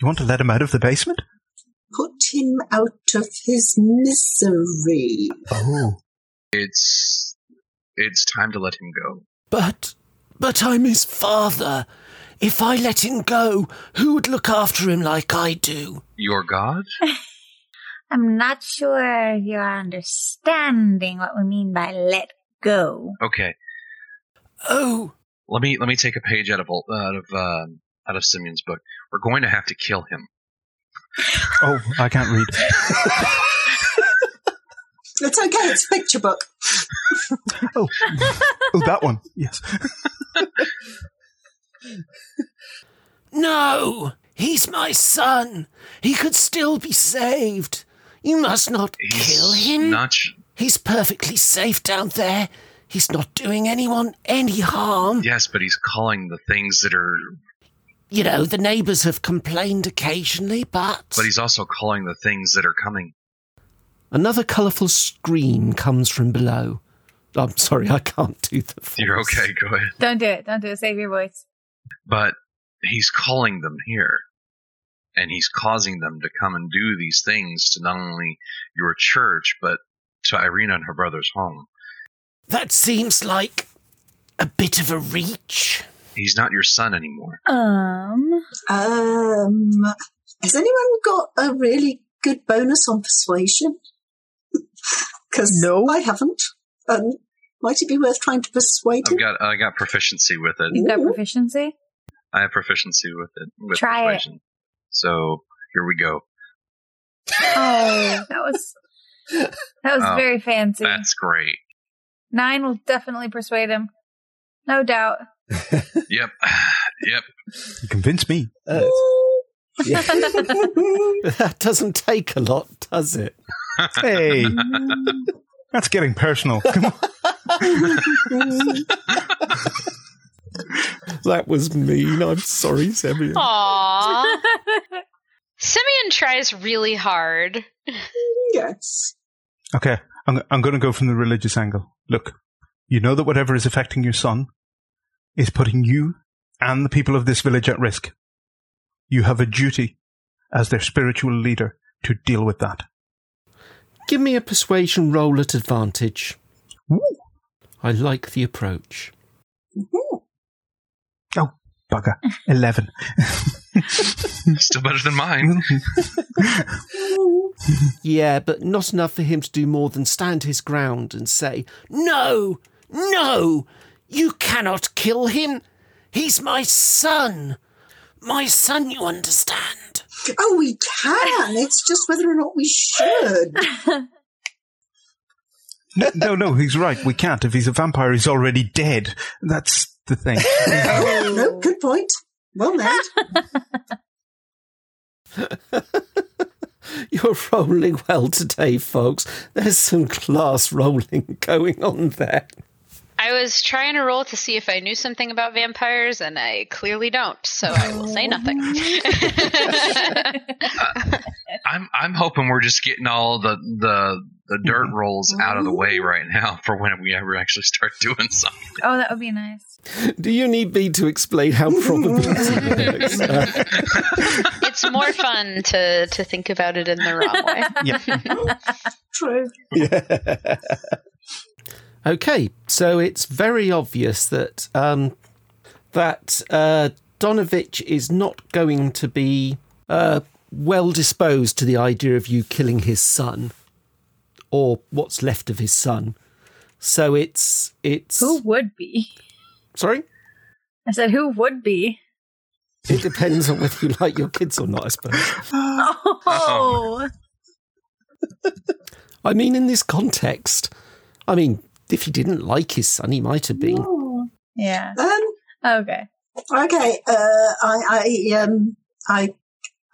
You want to let him out of the basement? Put him out of his misery. Oh. It's it's time to let him go. But, but I'm his father. If I let him go, who would look after him like I do? Your god? I'm not sure you're understanding what we mean by let go. Okay, Oh, let me let me take a page out of Ol- out of um out of Simeon's book. We're going to have to kill him. Oh, I can't read. It's okay, it's a picture book. Oh, oh that one. Yes. no! He's my son. He could still be saved. You must not He's kill him. Not sh- He's perfectly safe down there. He's not doing anyone any harm. yes, but he's calling the things that are. You know, the neighbours have complained occasionally, but. But he's also calling the things that are coming. Another colourful scream comes from below. I'm sorry, I can't do the voice. You're okay. Go ahead. Don't do it. Don't do it. Save your voice. But he's calling them here, and he's causing them to come and do these things to not only your church but to Irina and her brother's home. That seems like a bit of a reach. He's not your son anymore. Um, Um, has anyone got a really good bonus on persuasion? Because No. I haven't. Um, might it be worth trying to persuade I've him? got I got proficiency with it. you got Ooh. proficiency. I have proficiency with it. With Try it. persuasion. So here we go. Oh, that was that was Oh, very fancy. That's great. Nine will definitely persuade him, no doubt. Yep. Yep. You convinced me. Uh, yeah. that doesn't take a lot, does it? Hey. That's getting personal. Come on. That was mean. I'm sorry, Samuel. Aww. Simeon tries really hard. yes. Okay, I'm, I'm going to go from the religious angle. Look, you know that whatever is affecting your son is putting you and the people of this village at risk. You have a duty as their spiritual leader to deal with that. Give me a persuasion roll at advantage. Ooh. I like the approach. Mm-hmm. Oh, bugger. 11. Still better than mine. Yeah, but not enough for him to do more than stand his ground and say, No, Oh, no, you cannot kill him. He's my son. My son, you understand. Oh, we can. It's just whether or not we should. no, no, no, he's right. We can't. If he's a vampire, he's already dead. That's the thing. no, good point. Well made. You're rolling well today, folks. There's some class rolling going on there. I was trying to roll to see if I knew something about vampires, and I clearly don't, so I will say nothing. I'm I'm hoping we're just getting all the the the dirt rolls out of the way right now for when we ever actually start doing something. Oh, that would be nice. Do you need me to explain how probability works? Uh, it's more fun to, to think about it in the wrong way. yeah. True. yeah. okay, so it's very obvious that um, that uh, Donovich is not going to be uh, well disposed to the idea of you killing his son or what's left of his son. So it's it's Who would be? sorry. I said, who would be? It depends on whether you like your kids or not, I suppose. Oh, I mean, in this context, I mean, if he didn't like his son, he might have been. yeah. Um, Okay. Okay, uh, I, I, um, I,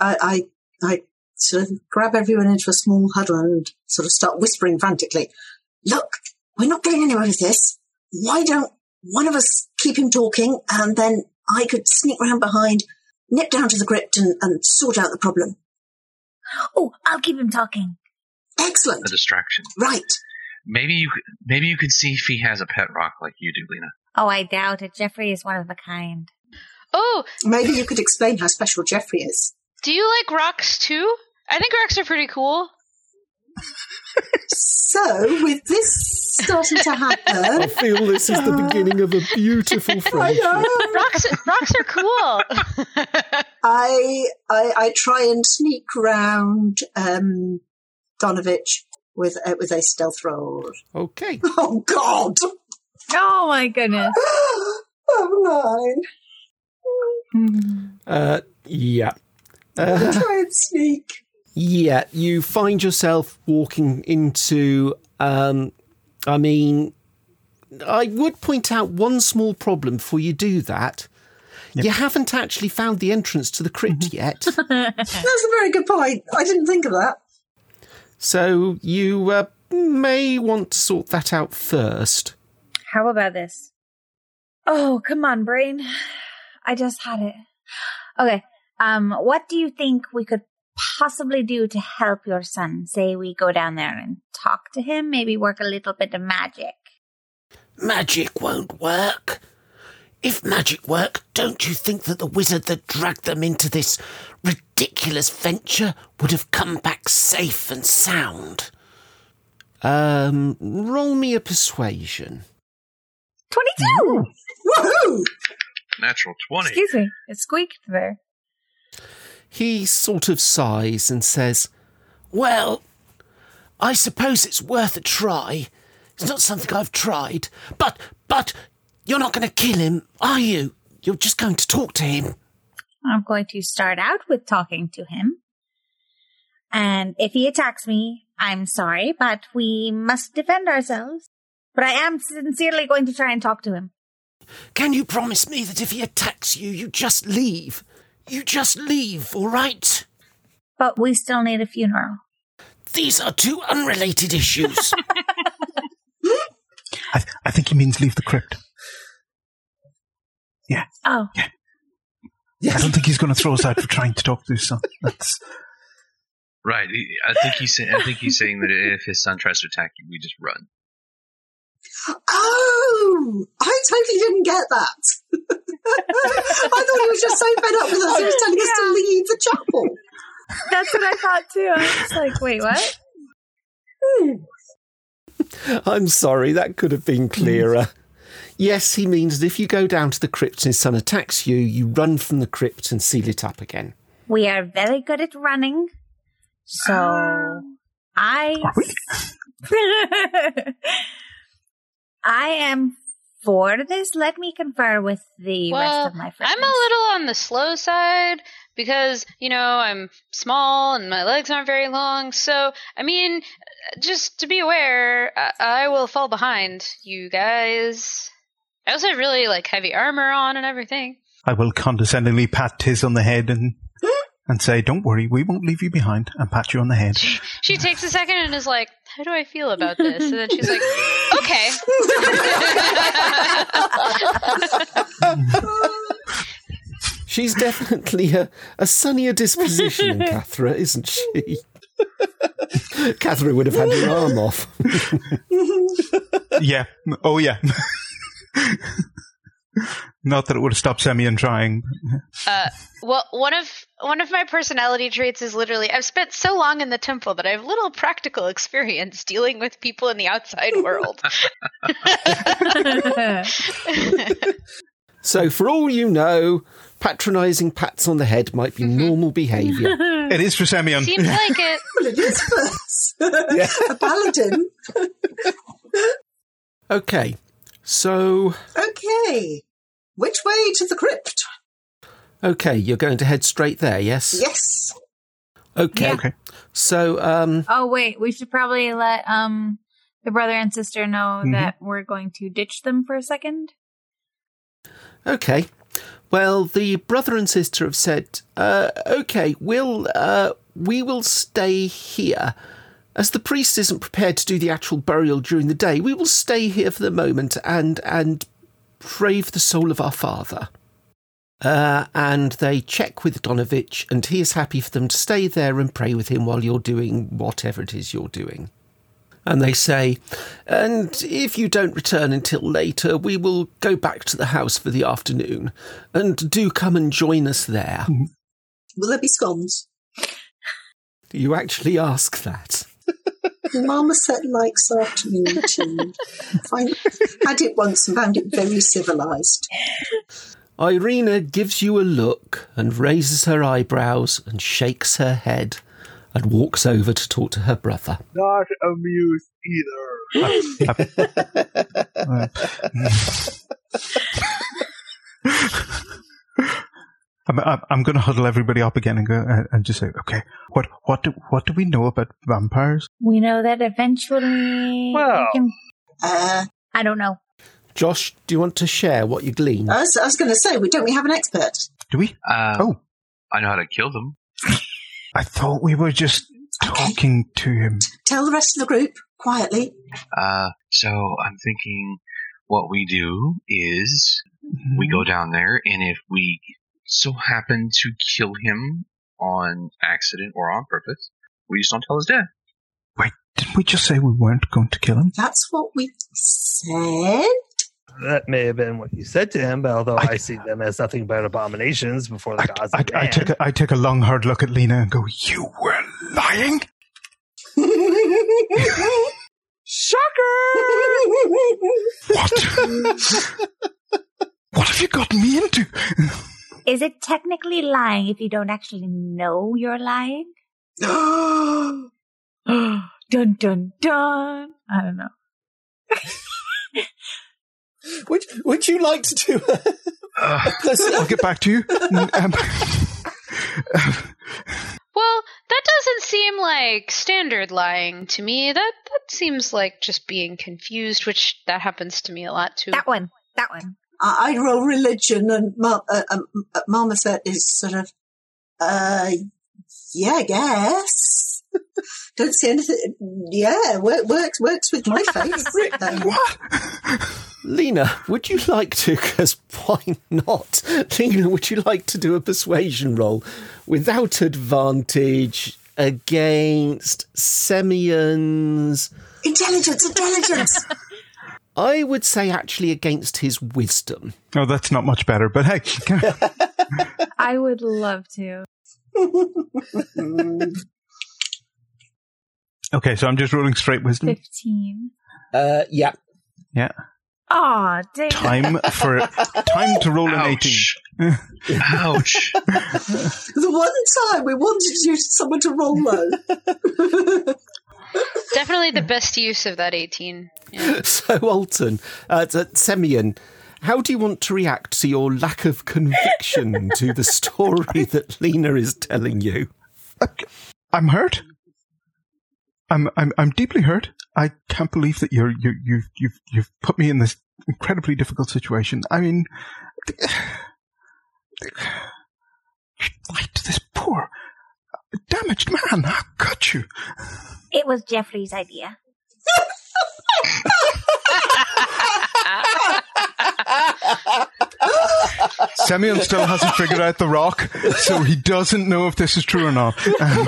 I, I, I sort of grab everyone into a small huddle and sort of start whispering frantically, look, we're not getting anywhere with this. Why don't one of us keep him talking and then I could sneak round behind, nip down to the crypt and, and sort out the problem. Oh, I'll keep him talking. Excellent. the distraction. Right. Maybe you c- maybe you could see if he has a pet rock like you do, Lena. Oh, I doubt it. Jeffrey is one of a kind. Oh, Maybe you could explain how special Jeffrey is. do you like rocks too? I think rocks are pretty cool. So with this starting to happen, uh, I feel this is the beginning of a beautiful friendship. Rocks, rocks are cool. I, I I try and sneak round um, Donovich with a, with a stealth roll. Okay. Oh God! Oh my goodness. Oh nine! Uh, yeah. I Uh, try and sneak. yeah, you find yourself walking into. Um, I mean, I would point out one small problem before you do that. You haven't actually found the entrance to the crypt yet. That's Mm-hmm. a very good point. I didn't think of that. So you uh, may want to sort that out first. How about this? Oh, come on, brain. I just had it. Okay. Um, what do you think we could possibly do to help your son? Say we go down there and talk to him, maybe work a little bit of magic. Magic won't work. If magic worked, don't you think that the wizard that dragged them into this ridiculous venture would have come back safe and sound? Um, roll me a persuasion. 22! Woohoo! Natural twenty. Excuse me. It squeaked there. He sort of sighs and says, Well, I suppose it's worth a try. It's not something I've tried. But, but, you're not going to kill him, are you? You're just going to talk to him. I'm going to start out with talking to him. And if he attacks me, I'm sorry, but we must defend ourselves. But I am sincerely going to try and talk to him. Can you promise me that if he attacks you, you just leave? You just leave, all right? But we still need a funeral. These are two unrelated issues. I, th- I think he means leave the crypt. Oh, I don't think he's going to throw us out for trying to talk to his son. That's, Right. he- I think he's sa- I think he's saying that if his son tries to attack you, we just run. Oh, I totally didn't get that. I thought he was just so fed up with us. He was telling us to leave the chapel. Oh, That's what I thought too. I was like, wait, what? I'm sorry, that could have been clearer. Yes, he means that if you go down to the crypt and his son attacks you, you run from the crypt and seal it up again. we are very good at running. So I. are we? I am for this. Let me confer with the Well, rest of my friends. I'm a little on the slow side because, you know, I'm small and my legs aren't very long. So, I mean, just to be aware, I, I will fall behind you guys. I also have really like heavy armor on and everything. I will condescendingly pat Tiz on the head and and say, "Don't worry, we won't leave you behind," and pat you on the head. She, she takes a second and is like, "How do I feel about this?" And then she's like, "Okay." She's definitely a, a sunnier disposition than Cathra, isn't she? Cathra would have had her arm off. yeah. Oh, yeah. Not that it would have stopped Semyon trying. Uh, well, one of one of my personality traits is literally I've spent so long in the temple that I have little practical experience dealing with people in the outside world. So, for all you know, patronising pats on the head might be normal behaviour. It is for Semyon. Seems like it. Well, it is first. a paladin. Okay, so Okay. Which way to the crypt? Okay, you're going to head straight there, yes? Yes. Okay. Okay. So, um, Oh, wait. We should probably let um the brother and sister know Mhm. that we're going to ditch them for a second. okay. Well, the brother and sister have said, uh, "Okay, we'll uh, we will stay here." As the priest isn't prepared to do the actual burial during the day, we will stay here for the moment and and pray for the soul of our father. Uh, and they check with Donovich, and he is happy for them to stay there and pray with him while you're doing whatever it is you're doing. And they say, and if you don't return until later, we will go back to the house for the afternoon. And do come and join us there. Mm-hmm. Will there be scones? Do you actually ask that? Marmoset likes afternoon tea. I had it once and found it very civilised. Irina gives you a look and raises her eyebrows and shakes her head and walks over to talk to her brother. Not amused either. I'm, I'm, I'm going to huddle everybody up again and go uh, and just say, okay, what what do what do we know about vampires? We know that eventually. Well. we can, Uh, I don't know. Josh, do you want to share what you glean? I was, I was going to say, we don't we have an expert? Do we? Uh, Oh, I know how to kill them. I thought we were just talking to him. Tell the rest of the group quietly. Uh, so I'm thinking what we do is we go down there, and if we so happen to kill him on accident or on purpose, we just don't tell his dad. Wait, didn't we just say we weren't going to kill him? That's what we said. That may have been what you said to him, but although I- I, see them as nothing but abominations before the I, gods I, of I man. take a, I take a long hard look at Lena and go, "You were lying." Shocker! What? what have you got me into? Is it technically lying if you don't actually know you're lying? dun dun dun. I don't know. Would, would you like to do a, Ugh. Uh, I'll get back to you. Um, Well, that doesn't seem like standard lying to me. That that seems like just being confused, which that happens to me a lot too. That one. That one. I, I roll religion, and Mar- uh, um, uh, Marmoset is sort of, uh, yeah, I guess. Don't see anything. Yeah, work, works works with my face. then. what? Lena, would you like to? Because why not? Lena, would you like to do a persuasion roll without advantage against Semyon's? Intelligence, intelligence. I would say actually against his wisdom. Oh, that's not much better. But hey, I would love to. okay. So I'm just rolling straight wisdom. 15. Uh, yeah. Yeah. Aw, dang. Time for time to roll an eighteen. Ouch! Ouch! the one time we wanted you, someone to roll low. Definitely the best use of that 18. Yeah. So, Alton, uh, t- Semyon, how do you want to react to your lack of conviction to the story that Lena is telling you? I'm hurt. I'm I'm I'm deeply hurt. I can't believe that you're you you've you've you've put me in this incredibly difficult situation. I mean, you lied to this poor damaged man. How could you? It was Jeffrey's idea. Semyon still hasn't figured out the rock, so he doesn't know if this is true or not. Um,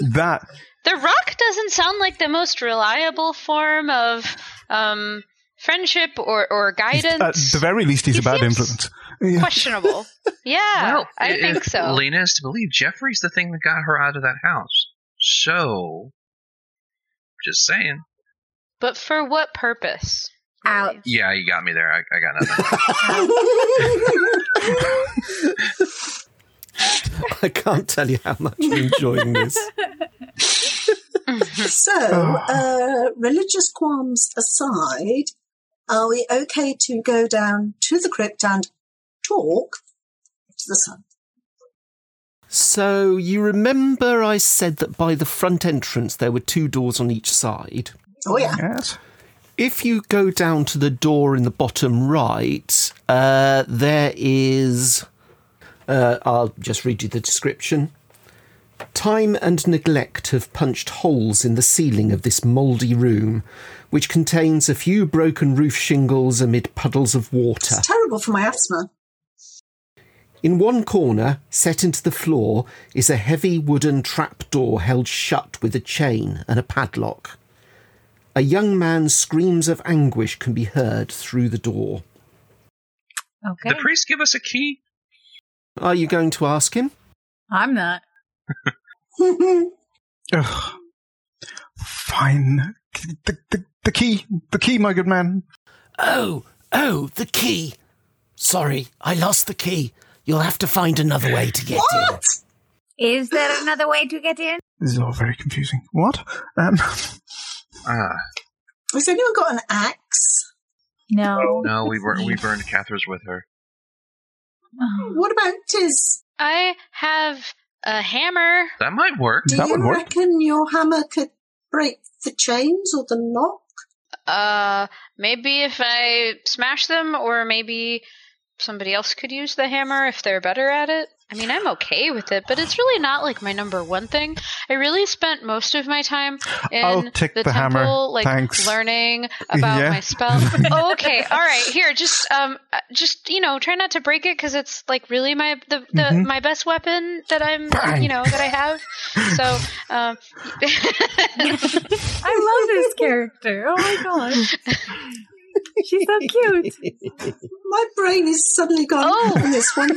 that The rock doesn't sound like the most reliable form of um, friendship or, or at guidance. the very least, he's He a bad seems- influence. Yeah. Questionable. Yeah, Well, I i- think if so. Lena is to believe Jeffrey's the thing that got her out of that house. So, just saying. But for what purpose? Out. Yeah, you got me there. I, I got nothing. I can't tell you how much I'm enjoying this. so, uh, religious qualms aside, are we okay to go down to the crypt and talk to the sun? So, you remember I said that by the front entrance there were two doors on each side? Oh yeah. Yes. If you go down to the door in the bottom right, uh, there is. Uh, I'll just read you the description. Time and neglect have punched holes in the ceiling of this mouldy room, which contains a few broken roof shingles amid puddles of water. It's terrible for my asthma. In one corner, set into the floor, is a heavy wooden trapdoor held shut with a chain and a padlock. A young man's screams of anguish can be heard through the door. Okay. The priest give us a key. Are you going to ask him? I'm not. Ugh. Fine. The, the, the key. The key, my good man. Oh, oh, the key. Sorry, I lost the key. You'll have to find another way to get in. Is there another way to get in? This is all very confusing. What? Um, Ah, Has anyone got an axe? No. no, we were we burned Catherine's with her. Oh. What about Tiz? I have a hammer. That might work. Do That you would work. reckon your hammer could break the chains or the lock? Uh, maybe if I smash them, or maybe somebody else could use the hammer if they're better at it. I mean, I'm okay with it, but it's really not like my number one thing. I really spent most of my time in I'll take the, the hammer, temple, like thanks. learning about Yeah. my spell. oh, okay, all right. Here, just um, uh, just you know, try not to break it because it's like really my the, the Mhm. my best weapon that I'm Bang. you know that I have. So, um, I love this character. Oh my gosh. She's so cute. My brain is suddenly gone. Oh. "And This one time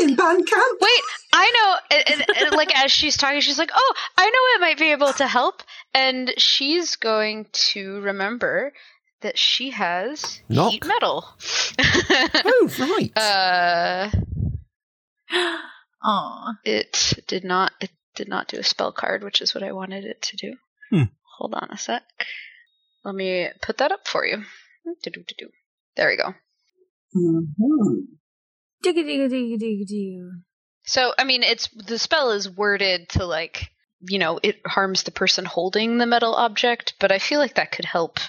in band camp. wait i know and, and- and, like as she's talking she's like oh i know i might be able to help and she's going to remember that she has Knock. heat metal Oh, right. uh Aw. it did not it did not do a spell card which is what i wanted it to do Hmm. hold on a sec let me put that up for you Do-do-do-do. there we go Mhm. Digga digga digga digga digga. So I mean, it's the spell is worded to like you know it harms the person holding the metal object, but I feel like that could help,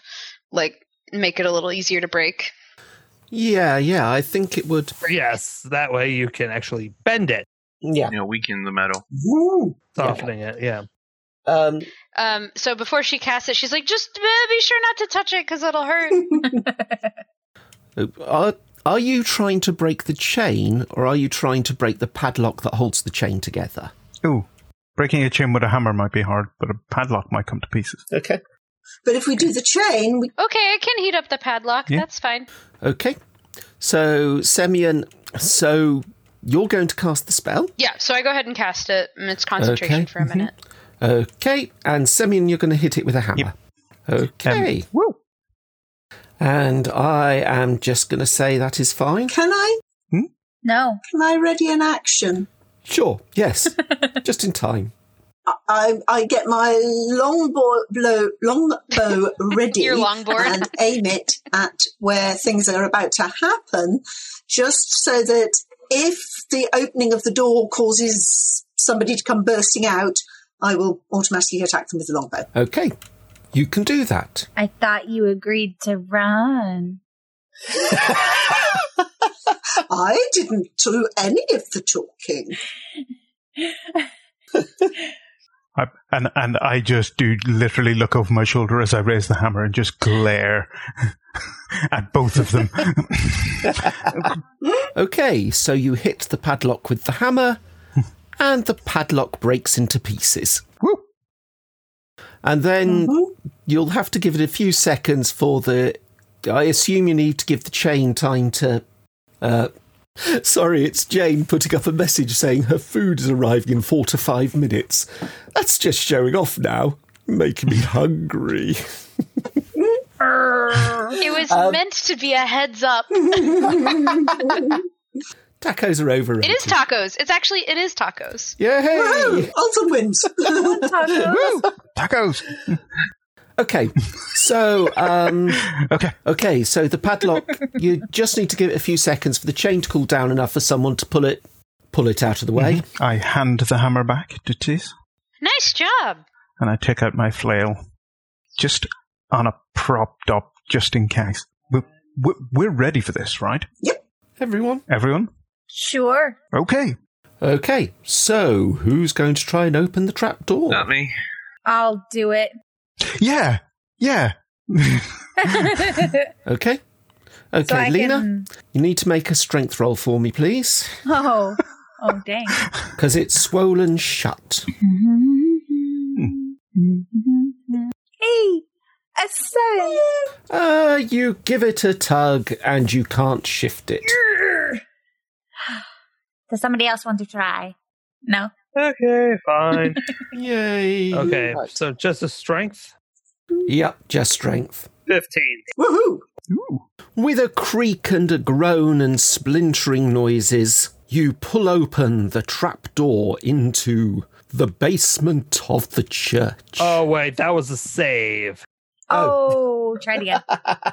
like make it a little easier to break. yeah, yeah, I think it would. Yes, that way you can actually bend it, Yeah. You know, weaken the metal. Mhm. softening it. Yeah. Um, Um, so before she casts it, she's like, just uh, be sure not to touch it because it'll hurt. Uh, are, are you trying to break the chain, or are you trying to break the padlock that holds the chain together? ooh. Breaking a chain with a hammer might be hard, but a padlock might come to pieces. Okay. But if we do the chain, we okay, I can heat up the padlock. Yeah. That's fine. Okay. So, Semyon, so you're going to cast the spell. Yeah. So I go ahead and cast it, and it's concentration Okay, Mm-hmm. for a minute. Okay. And Semyon, you're going to hit it with a hammer. Okay. Woo. and I am just going to say that is fine. can I No. can I ready an action? Sure. Yes. just in time. I- I I get my long bow, blow, long bow ready Your longboard. and aim it at where things are about to happen, just so that if the opening of the door causes somebody to come bursting out, I will automatically attack them with the longbow. Okay. You can do that. I thought you agreed to run. I didn't do any of the talking. I, and and I just do literally look over my shoulder as I raise the hammer and just glare at both of them. Okay, so you hit the padlock with the hammer, and the padlock breaks into pieces. Woo. And then you'll have to give it a few seconds for the. I assume you need to give the chain time to. Uh, sorry, it's Jane putting up a message saying her food is arriving in four to five minutes. That's just showing off now, making me hungry. It was Um, meant to be a heads up. Tacos are over. It is tacos. It's actually it is tacos. Yay! Alton wins. Woo. Tacos. Okay, so um. Okay. Okay, so the padlock, you just need to give it a few seconds for the chain to cool down enough for someone to pull it pull it out of the way. I hand the hammer back to Tiz Nice job. and I take out my flail. Just on a propped up just in case. But we're, we're ready for this, right? Yep. Everyone? Everyone? Sure. Okay. Okay, so who's going to try and open the trap door? Not me. I'll do it. Yeah. Yeah. Okay. Okay, I Lena, can- you need to make a strength roll for me, please, oh. Oh, dang. because it's swollen shut. Hey, a seven. Uh, you give it a tug and you can't shift it. Does somebody else want to try? No. Okay, fine. Yay. Okay, so just a strength. Yep, just strength. 15. Woohoo! With a creak and a groan and splintering noises, you pull open the trap door into the basement of the church. Oh wait, that was a save. Oh, try it again.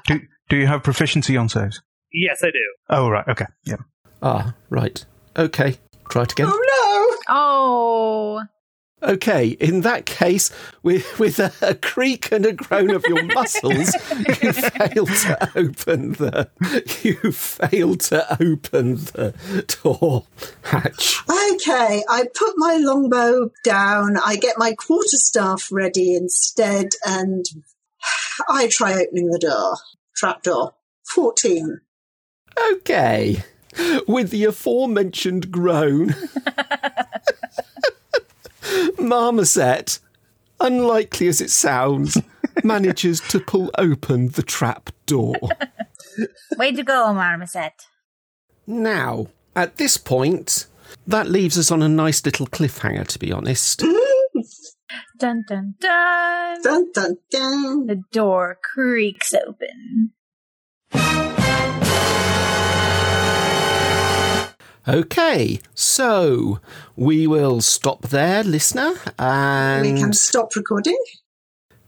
Do, do you have proficiency on saves? Yes, I do. Oh, right. Okay. Yeah. Ah, right. Okay. Try it again. Oh Oh, Okay, in that case, with, with a, a creak and a groan of your muscles, you fail to open the you fail to open the door hatch. no! Okay, I put my longbow down. I get my quarterstaff ready instead, and I try opening the door. Trapdoor. 14. Okay, with the aforementioned groan, Marmoset, unlikely as it sounds, manages to pull open the trap door. way to go, Marmoset. Now, at this point, that leaves us on a nice little cliffhanger, to be honest. Mm-hmm. Dun dun dun. Dun dun dun. The door creaks open. Okay, so we will stop there, listener, We and can stop recording.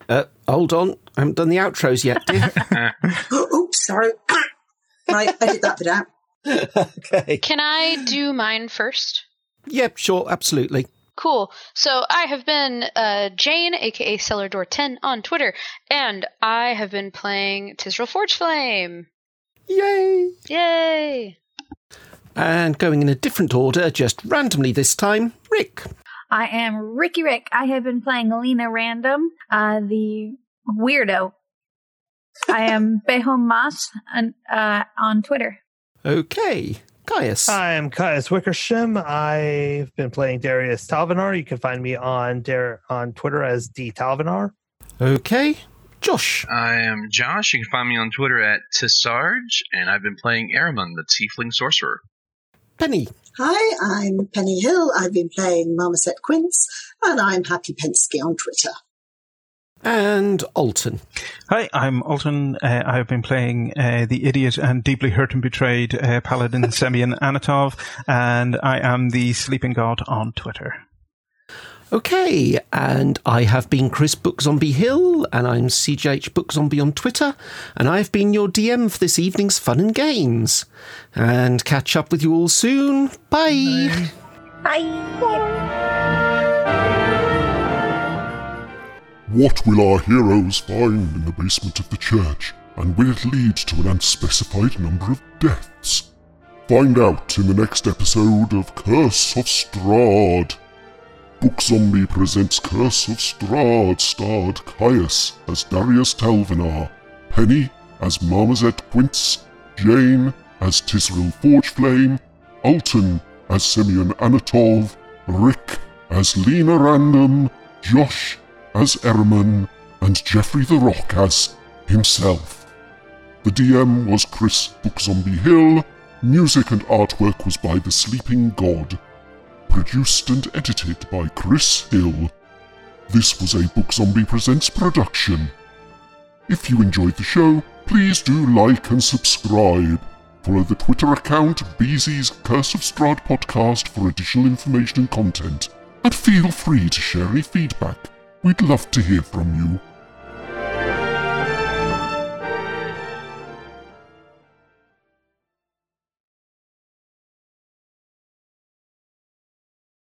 uh, hold on, I haven't done the outros yet, dear. Oops, sorry. right, edit that bit out. okay. Can I do mine first? yep, sure, absolutely. Cool. So I have been uh, Jane, aka Cellar Door Ten, on Twitter, and I have been playing Tisrel Forge Flame. Yay! Yay! And going in a different order, just randomly this time, Rick. I am Ricky Rick. I have been playing Alina Random, uh, the weirdo. I am Bejo Mas on, uh, on Twitter. Okay, Caius. I'm Caius Wickersham. I've been playing Darius Talvanar. You can find me on Dar- on Twitter as D Talvanar. Okay, Josh. I am Josh. You can find me on Twitter at Tissarge, and I've been playing Aramon, the Tiefling Sorcerer. Penny. Hi, I'm Penny Hill. I've been playing Marmoset Quince, and I'm Happy Pensky on Twitter. And Alton. Hi, I'm Alton. Uh, I've been playing uh, the idiot and deeply hurt and betrayed uh, paladin Semyon Anatov, and I am the sleeping god on Twitter. Okay, and I have been Chris Bookzombie Hill, and I'm CJH Bookzombie on Twitter, and I've been your DM for this evening's fun and games. And catch up with you all soon. Bye. Bye. What will our heroes find in the basement of the church, and will it lead to an unspecified number of deaths? Find out in the next episode of Curse of Strahd. Book Zombie presents Curse of Strahd, starred Caius as Darius Talvinar, Penny as Marmoset Quince, Jane as Tisril Forgeflame, Alton as Semyon Anatov, Rick as Lena Random, Josh as Erman, and Jeffrey the Rock as himself. The DM was Chris Bookzombie Hill. Music and artwork was by The Sleeping God. Produced and edited by Chris Hill. This was a Book Zombie Presents production. If you enjoyed the show, please do like and subscribe. Follow the Twitter account BZ's Curse of Strahd podcast for additional information and content. And feel free to share any feedback. We'd love to hear from you.